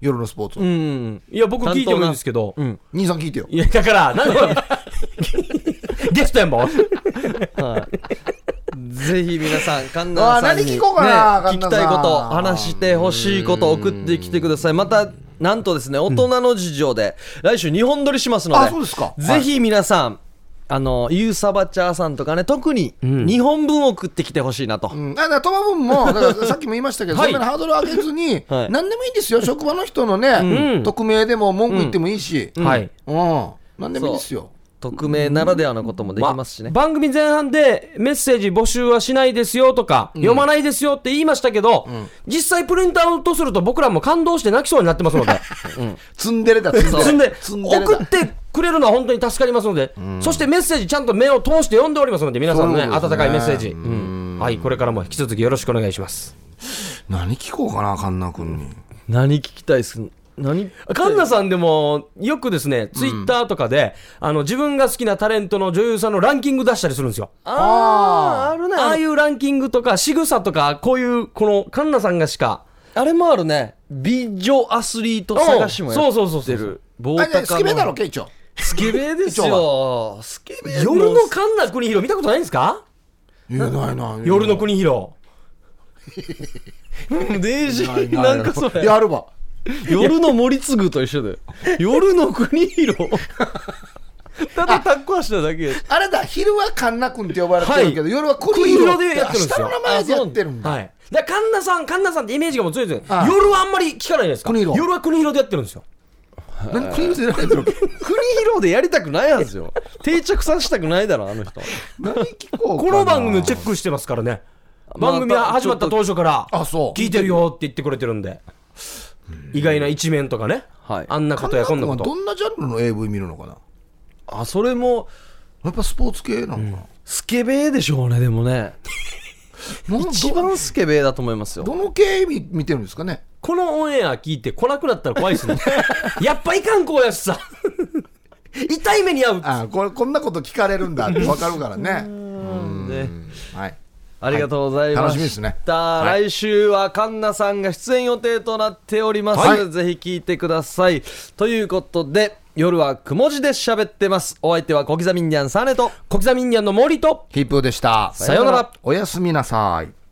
[SPEAKER 3] 夜のスポーツ、
[SPEAKER 1] うん
[SPEAKER 2] いや僕聞いてもいいんですけど、
[SPEAKER 1] ん
[SPEAKER 3] 兄さん聞いてよ
[SPEAKER 2] いやだからなんでゲストやんば
[SPEAKER 1] ぜひ皆さん、神奈さんに、
[SPEAKER 3] あー何聞こうかな
[SPEAKER 1] ね、聞
[SPEAKER 3] 神
[SPEAKER 1] き
[SPEAKER 3] 田さん
[SPEAKER 1] たいこと、話してほしいこと、送ってきてください。また、なんとですね、大人の事情で、来週2本撮りしますので、
[SPEAKER 3] あそうですか
[SPEAKER 1] ぜひ皆さん、あの、ユーサバチャーさんとかね、特に2本分送ってきてほしいなと。
[SPEAKER 3] うん、だからトマブンもだから さっきも言いましたけど、
[SPEAKER 2] はい
[SPEAKER 3] そんなにハードル上げずに、
[SPEAKER 1] はい
[SPEAKER 3] 何でもいいんですよ職場の人のね、
[SPEAKER 2] ん
[SPEAKER 3] 匿名でも文句言ってもいいし、うん
[SPEAKER 2] はい
[SPEAKER 3] 何でもいいですよ
[SPEAKER 1] 匿名ならではのこともできますしね。
[SPEAKER 2] 番組前半でメッセージ募集はしないですよとか、読まないですよって言いましたけど、実際プリントアウトすると僕らも感動して泣きそうになってますので
[SPEAKER 3] ツンデレだ ツン
[SPEAKER 2] そん
[SPEAKER 3] デレ
[SPEAKER 2] で
[SPEAKER 3] ツンデレだ
[SPEAKER 2] 送ってくれるのは本当に助かりますので、そしてメッセージちゃんと目を通して読んでおりますので皆さんのね
[SPEAKER 3] そうですね
[SPEAKER 2] 温かいメッセージ、はいこれからも引き続きよろしくお願いします
[SPEAKER 3] 何聞こうかなカンナ君に
[SPEAKER 1] 何聞きたいっす何
[SPEAKER 2] カンナさんでも、よくですね、ツイッターとかで、あの、自分が好きなタレントの女優さんのランキング出したりするんですよ。
[SPEAKER 1] あーあるね。
[SPEAKER 2] ああいうランキングとか、仕草とか、こういう、この、カンナさんがしか、
[SPEAKER 1] あれもあるね。美女アスリート探しもや
[SPEAKER 2] そう
[SPEAKER 1] っ
[SPEAKER 2] そうそうそ
[SPEAKER 1] て
[SPEAKER 2] う
[SPEAKER 1] る。。棒
[SPEAKER 3] あじゃあ
[SPEAKER 1] 高
[SPEAKER 3] スケベだろ
[SPEAKER 1] の。
[SPEAKER 3] ケイチョ
[SPEAKER 1] スケベですよ。スケベ
[SPEAKER 2] 夜のカンナ国広見たことないんですか
[SPEAKER 3] いやないない
[SPEAKER 2] 夜の国 広。
[SPEAKER 1] デイジ
[SPEAKER 3] ない
[SPEAKER 1] ー
[SPEAKER 3] な
[SPEAKER 1] ないんかそれ
[SPEAKER 3] やるわ
[SPEAKER 1] 夜の森次と一緒だよ夜の国広ただタッコ足しただけや
[SPEAKER 3] あれだ昼はカンナ君って呼ばれてるけど、
[SPEAKER 2] はい
[SPEAKER 3] 夜はクリ
[SPEAKER 2] クリ
[SPEAKER 3] ヒ
[SPEAKER 2] ヒ
[SPEAKER 3] ロ
[SPEAKER 2] ロ
[SPEAKER 3] で
[SPEAKER 2] で
[SPEAKER 3] や
[SPEAKER 2] や
[SPEAKER 3] っ
[SPEAKER 2] ってて
[SPEAKER 3] る
[SPEAKER 2] る
[SPEAKER 3] ん
[SPEAKER 2] ん
[SPEAKER 3] で
[SPEAKER 2] ですす
[SPEAKER 3] よ明日の名前でや
[SPEAKER 2] よ
[SPEAKER 3] ってるんだ、
[SPEAKER 2] はい。だから、カンナさん、カンナさんってイメージがもう強いですよ。
[SPEAKER 3] ああ
[SPEAKER 2] 夜はあんまり聞かないじゃないですか。
[SPEAKER 3] 国広
[SPEAKER 2] 夜は国広でやってるんですよ。
[SPEAKER 3] 何クリヒロでやってるわけ
[SPEAKER 1] 国広でやりたくないはずよ定着させたくないだろあの人
[SPEAKER 3] 何聞こうかな
[SPEAKER 2] この番組をチェックしてますからね。番組は始まった当初から
[SPEAKER 3] あそう
[SPEAKER 2] 聞いてるよって言ってくれてるんで意外な一面とかね
[SPEAKER 1] はい
[SPEAKER 2] あんなことやこんなこ
[SPEAKER 3] ど
[SPEAKER 2] と
[SPEAKER 3] んなジャンルの AV 見るのかな
[SPEAKER 1] あそれも
[SPEAKER 3] やっぱスポーツ系なのかな、
[SPEAKER 1] スケベでしょうねでもね
[SPEAKER 3] なんど
[SPEAKER 1] 一番スケベだと思いますよ
[SPEAKER 3] どの系見見てるんですかね
[SPEAKER 2] このオンエア聞いて来なくなったら怖いですね やっぱいかんこうやしさ 痛い目に遭う
[SPEAKER 3] あこれこんなこと聞かれるんだって分かるからね
[SPEAKER 1] ね
[SPEAKER 3] はい
[SPEAKER 1] ありがとうございま
[SPEAKER 3] 楽しみです
[SPEAKER 1] し
[SPEAKER 3] ね
[SPEAKER 1] た。
[SPEAKER 3] は
[SPEAKER 1] 来週はカンナさんが出演予定となっております。
[SPEAKER 3] はい
[SPEAKER 1] ぜひ聞いてください。ということで、夜はくも字で喋ってます。お相手は小刻みんにゃんサネと。
[SPEAKER 2] 小刻みインディアンの森と
[SPEAKER 3] ヒップーでした
[SPEAKER 2] さようなら
[SPEAKER 3] おやすみなさい